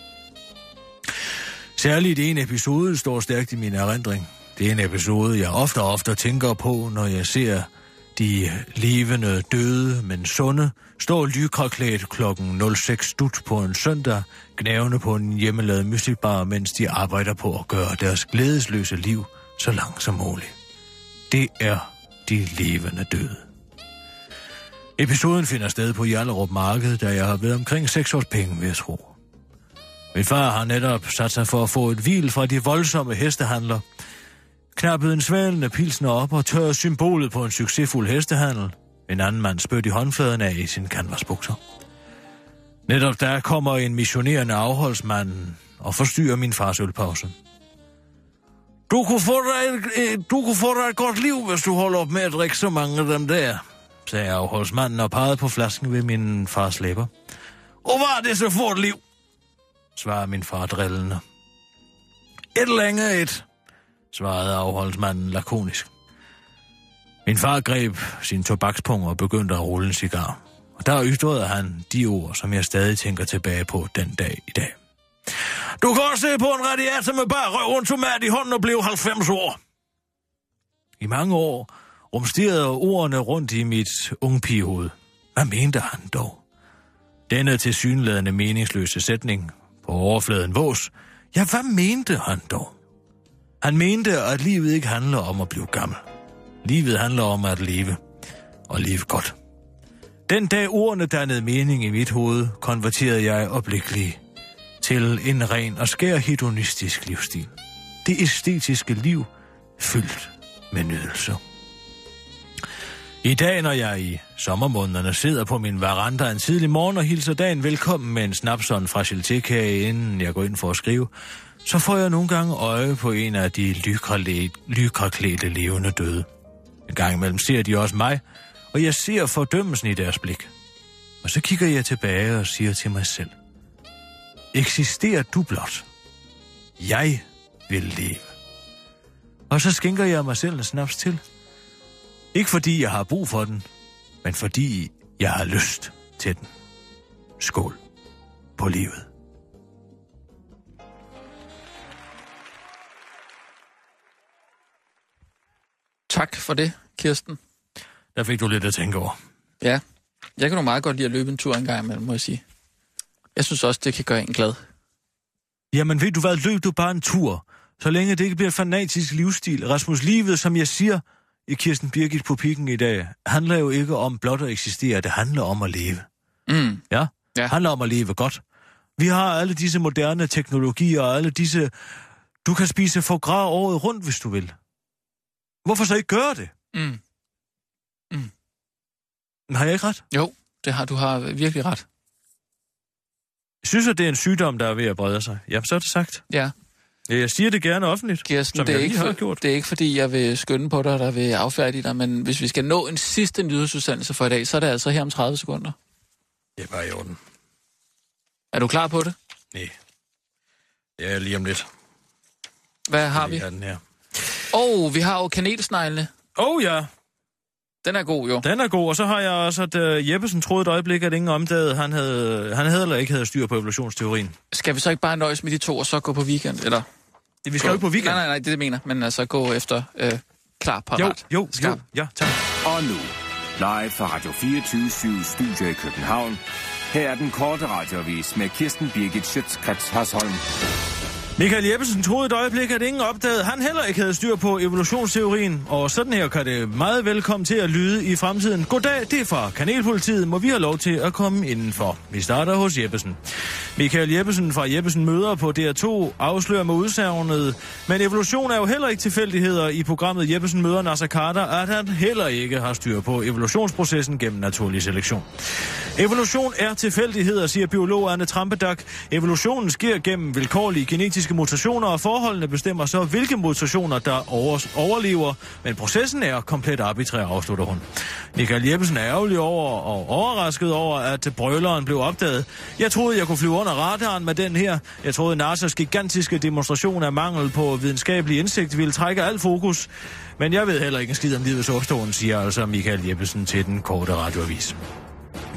Speaker 4: Særligt en episode står stærkt i min erindring. Det er en episode, jeg ofte og ofte tænker på, når jeg ser de levende, døde, men sunde, står lykraklædt klokken 06 stut på en søndag, gnævende på en hjemmelavet mystikbar, mens de arbejder på at gøre deres glædesløse liv så langt som muligt. Det er de levende døde. Episoden finder sted på Jallerup Marked, da jeg har været omkring 6 års penge, vil jeg tro. Min far har netop sat sig for at få et hvil fra de voldsomme hestehandler. Knappede en svalende pilsner op og tørrede symbolet på en succesfuld hestehandel. En anden mand spødte i håndfladen af i sin canvasbukser. Netop der kommer en missionerende afholdsmand og forstyrrer min fars ølpause. Du kunne, få dig et, øh, du kunne få dig et godt liv, hvis du holder op med at drikke så mange af dem der, sagde afholdsmanden og pegede på flasken ved min fars læber. Og var det så få et liv? svarede min far drillende. Et længe et, svarede afholdsmanden lakonisk. Min far greb sin tobakspung og begyndte at rulle en cigar. Og der ytrede han de ord, som jeg stadig tænker tilbage på den dag i dag. Du kan også se på en radiator med bare røv og en tomat i hånden og blev 90 år. I mange år rumsterede ordene rundt i mit ungpigehoved. Hvad mente han dog? Denne tilsyneladende meningsløse sætning på overfladen vås. Ja, hvad mente han dog? Han mente, at livet ikke handler om at blive gammel. Livet handler om at leve. Og leve godt. Den dag ordene dannede mening i mit hoved, konverterede jeg øjeblikkeligt til en ren og skær hedonistisk livsstil. Det æstetiske liv fyldt med nydelse. I dag, når jeg i sommermånederne sidder på min veranda en tidlig morgen og hilser dagen velkommen med en snapson fra Chiltekage, inden jeg går ind for at skrive, så får jeg nogle gange øje på en af de lykraklæ- lykraklædte levende døde. En gang imellem ser de også mig, og jeg ser fordømmelsen i deres blik. Og så kigger jeg tilbage og siger til mig selv, eksisterer du blot. Jeg vil leve. Og så skænker jeg mig selv en snaps til. Ikke fordi jeg har brug for den, men fordi jeg har lyst til den. Skål på livet.
Speaker 5: Tak for det, Kirsten.
Speaker 4: Der fik du lidt at tænke over.
Speaker 5: Ja, jeg kan nu meget godt lide at løbe en tur en gang imellem, må jeg sige. Jeg synes også, det kan gøre en glad.
Speaker 4: Jamen ved du hvad, løb du bare en tur. Så længe det ikke bliver fanatisk livsstil. Rasmus Livet, som jeg siger i Kirsten Birgit på pikken i dag, handler jo ikke om blot at eksistere, det handler om at leve.
Speaker 5: Mm.
Speaker 4: Ja?
Speaker 5: Ja.
Speaker 4: ja. Handler om at leve godt. Vi har alle disse moderne teknologier og alle disse... Du kan spise for gras året rundt, hvis du vil. Hvorfor så ikke gøre det?
Speaker 5: Mm.
Speaker 4: Har jeg ikke ret?
Speaker 5: Jo, det har, du har virkelig ret.
Speaker 4: Jeg synes, at det er en sygdom, der er ved at brede sig. Jamen, så er det sagt.
Speaker 5: Ja,
Speaker 4: Ja, Jeg siger det gerne offentligt,
Speaker 5: Kirsten,
Speaker 4: som
Speaker 5: det, er
Speaker 4: jeg
Speaker 5: ikke
Speaker 4: lige har
Speaker 5: for,
Speaker 4: gjort.
Speaker 5: det er ikke fordi, jeg vil skynde på dig, der vil affærdige dig, men hvis vi skal nå en sidste nyhedsudsendelse for i dag, så er det altså her om 30 sekunder.
Speaker 4: Det er bare i orden.
Speaker 5: Er du klar på det?
Speaker 4: Nej. Ja, lige om lidt.
Speaker 5: Hvad har vi?
Speaker 4: Ja, den her.
Speaker 5: Åh, oh, vi har jo kanelsneglene.
Speaker 4: Oh ja,
Speaker 5: Den er god, jo.
Speaker 4: den er god. Og så har jeg også, at uh, Jeppesen troede et øjeblik, at ingen omdagede, han havde, han havde eller ikke havde styr på evolutionsteorien.
Speaker 5: Skal vi så ikke bare nøjes med de to, og så gå på weekend? Eller?
Speaker 4: Det, vi skal jo ikke på weekend.
Speaker 5: Nej, nej, nej, det er det jeg mener. Men altså gå efter øh, klar
Speaker 4: Jo,
Speaker 5: parat.
Speaker 4: jo,
Speaker 5: skarp.
Speaker 4: jo, ja, tak.
Speaker 6: Og nu, live fra Radio 24 Studio i København. Her er den korte radiovis med Kirsten Birgit Schøtzgrads Hasholm.
Speaker 4: Michael Jeppesen troede et øjeblik, at ingen opdagede, han heller ikke havde styr på evolutionsteorien. Og sådan her kan det meget velkommen til at lyde i fremtiden. Goddag, det er fra Kanelpolitiet. Må vi have lov til at komme indenfor? Vi starter hos Jeppesen. Michael Jeppesen fra Jeppesen Møder på DR2 afslører med udsagnet. Men evolution er jo heller ikke tilfældigheder i programmet Jeppesen Møder Nasser Carter, at han heller ikke har styr på evolutionsprocessen gennem naturlig selektion. Evolution er tilfældigheder, siger biolog Anne Trampedak. Evolutionen sker gennem vilkårlige genetiske mutationer, og forholdene bestemmer så, hvilke mutationer, der over- overlever. Men processen er komplet arbitrær, afslutter hun. Michael Jeppesen er ærgerlig over og overrasket over, at brøleren blev opdaget. Jeg troede, jeg kunne flyve under radaren med den her. Jeg troede, NASA's gigantiske demonstration af mangel på videnskabelig indsigt ville trække al fokus. Men jeg ved heller ikke en skid om livets opståen, siger altså Michael Jeppesen til den korte radioavis.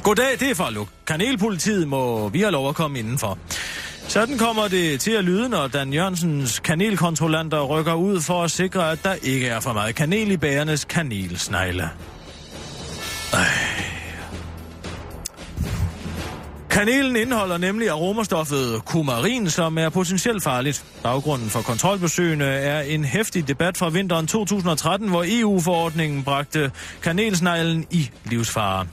Speaker 4: Goddag, det er fra Luk. Kanelpolitiet må vi have lov at komme indenfor. Sådan kommer det til at lyde, når Dan Jørgensens kanelkontrollanter rykker ud for at sikre, at der ikke er for meget kanel i bærernes kanelsnegle. Ej. Kanelen indeholder nemlig aromastoffet kumarin, som er potentielt farligt. Baggrunden for kontrolbesøgene er en hæftig debat fra vinteren 2013, hvor EU-forordningen bragte kanelsneglen i livsfare.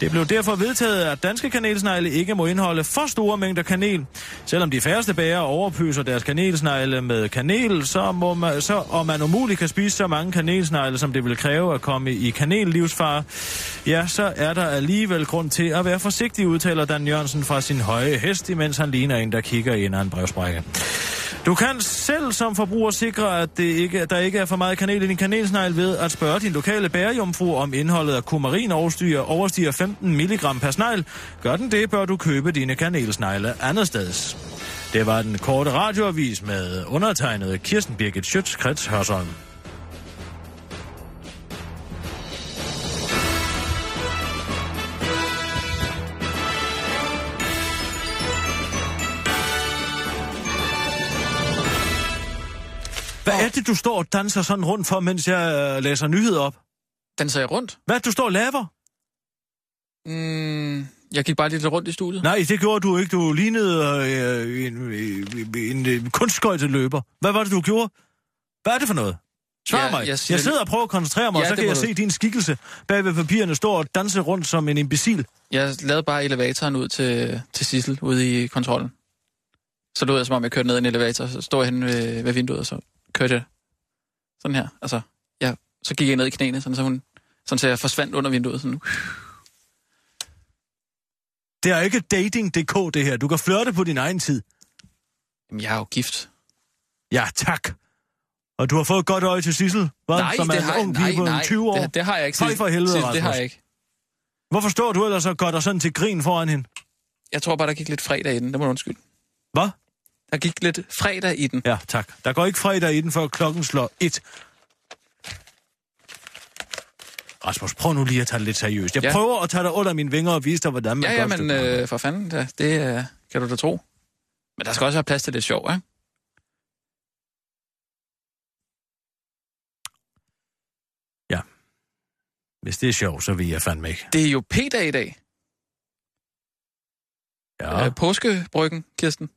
Speaker 4: Det blev derfor vedtaget, at danske kanelsnegle ikke må indeholde for store mængder kanel. Selvom de færreste bager overpøser deres kanelsnegle med kanel, så, må man, så og man umuligt kan spise så mange kanelsnegle, som det vil kræve at komme i kanellivsfare, ja, så er der alligevel grund til at være forsigtig, udtaler Dan Jørgensen fra sin høje hest, imens han ligner en, der kigger ind af en brevsprække. Du kan selv som forbruger sikre, at det ikke, der ikke er for meget kanel i din kanelsnegl ved at spørge din lokale bærejomfru, om indholdet af kumarin overstiger, overstiger 15 mg per snegl. Gør den det, bør du købe dine kanelsnegle andet steds. Det var den korte radioavis med undertegnet Kirsten Birgit Schøtz, Krets Hørsholm. Hvad er det, du står og danser sådan rundt for, mens jeg øh, læser nyheder op?
Speaker 5: Den sagde jeg rundt.
Speaker 4: Hvad er det, du står og laver?
Speaker 5: Mm, jeg gik bare lidt rundt i studiet.
Speaker 4: Nej, det gjorde du ikke. Du lignede øh, en, øh, en, en kunstskøjteløber. Hvad var det, du gjorde? Hvad er det for noget? Svar
Speaker 5: Ja,
Speaker 4: mig.
Speaker 5: jeg
Speaker 4: Jeg,
Speaker 5: siger-
Speaker 4: jeg sidder og prøver at koncentrere mig, ja,
Speaker 5: Ja,
Speaker 4: og så
Speaker 5: det
Speaker 4: kan
Speaker 5: må
Speaker 4: jeg
Speaker 5: du
Speaker 4: se din skikkelse bag ved papirerne står og danse rundt som en imbecil.
Speaker 5: Jeg lavede bare elevatoren ud til, til Sissel ude i kontrollen. Så lød jeg, som om jeg kørte ned i en elevator, så stod jeg henne ved, ved vinduet, og så kørte jeg sådan her. Altså, jeg, så gik jeg ned i knæene, sådan, så, hun, sådan, så jeg forsvandt under vinduet. Sådan.
Speaker 4: Det er ikke dating.dk, det her. Du kan flirte på din egen tid.
Speaker 5: Jamen, jeg er jo gift.
Speaker 4: Ja, tak. Og du har fået et godt øje til Sissel, hva?
Speaker 5: nej,
Speaker 4: som er
Speaker 5: det
Speaker 4: en
Speaker 5: har,
Speaker 4: ung
Speaker 5: nej,
Speaker 4: pige på en
Speaker 5: nej,
Speaker 4: 20 år.
Speaker 5: Det, det, har jeg ikke.
Speaker 4: Føj
Speaker 5: Sissel.
Speaker 4: for helvede,
Speaker 5: Sissel, det har
Speaker 4: Rasmus.
Speaker 5: jeg ikke.
Speaker 4: Hvorfor står du ellers så godt og sådan til grin foran hende?
Speaker 5: Jeg tror bare, der gik lidt fredag i den. Det må du undskylde.
Speaker 4: Hvad?
Speaker 5: Der gik lidt fredag i den.
Speaker 4: Ja, tak. Der går ikke fredag i den, før klokken slår et. Rasmus, prøv nu lige at tage det lidt seriøst. Jeg
Speaker 5: Ja.
Speaker 4: ja. prøver at tage dig under mine vinger og vise dig, hvordan man
Speaker 5: Ja,
Speaker 4: gør
Speaker 5: ja,
Speaker 4: et
Speaker 5: men
Speaker 4: stykke arbejde.
Speaker 5: øh, for fanden, da, det øh, kan du da tro. Men der skal også være plads til lidt sjov, ikke?
Speaker 4: Hvis det er sjovt, så vil jeg fandme ikke.
Speaker 5: Det er jo P-dag i dag. Ja.
Speaker 4: Ja.
Speaker 5: Øh, påskebryggen, Kirsten.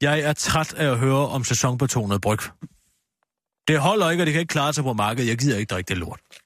Speaker 4: Jeg er træt af at høre om sæsonbetonet bryg. Det holder ikke, og det kan ikke klare sig på markedet. Jeg gider ikke drikke det lort.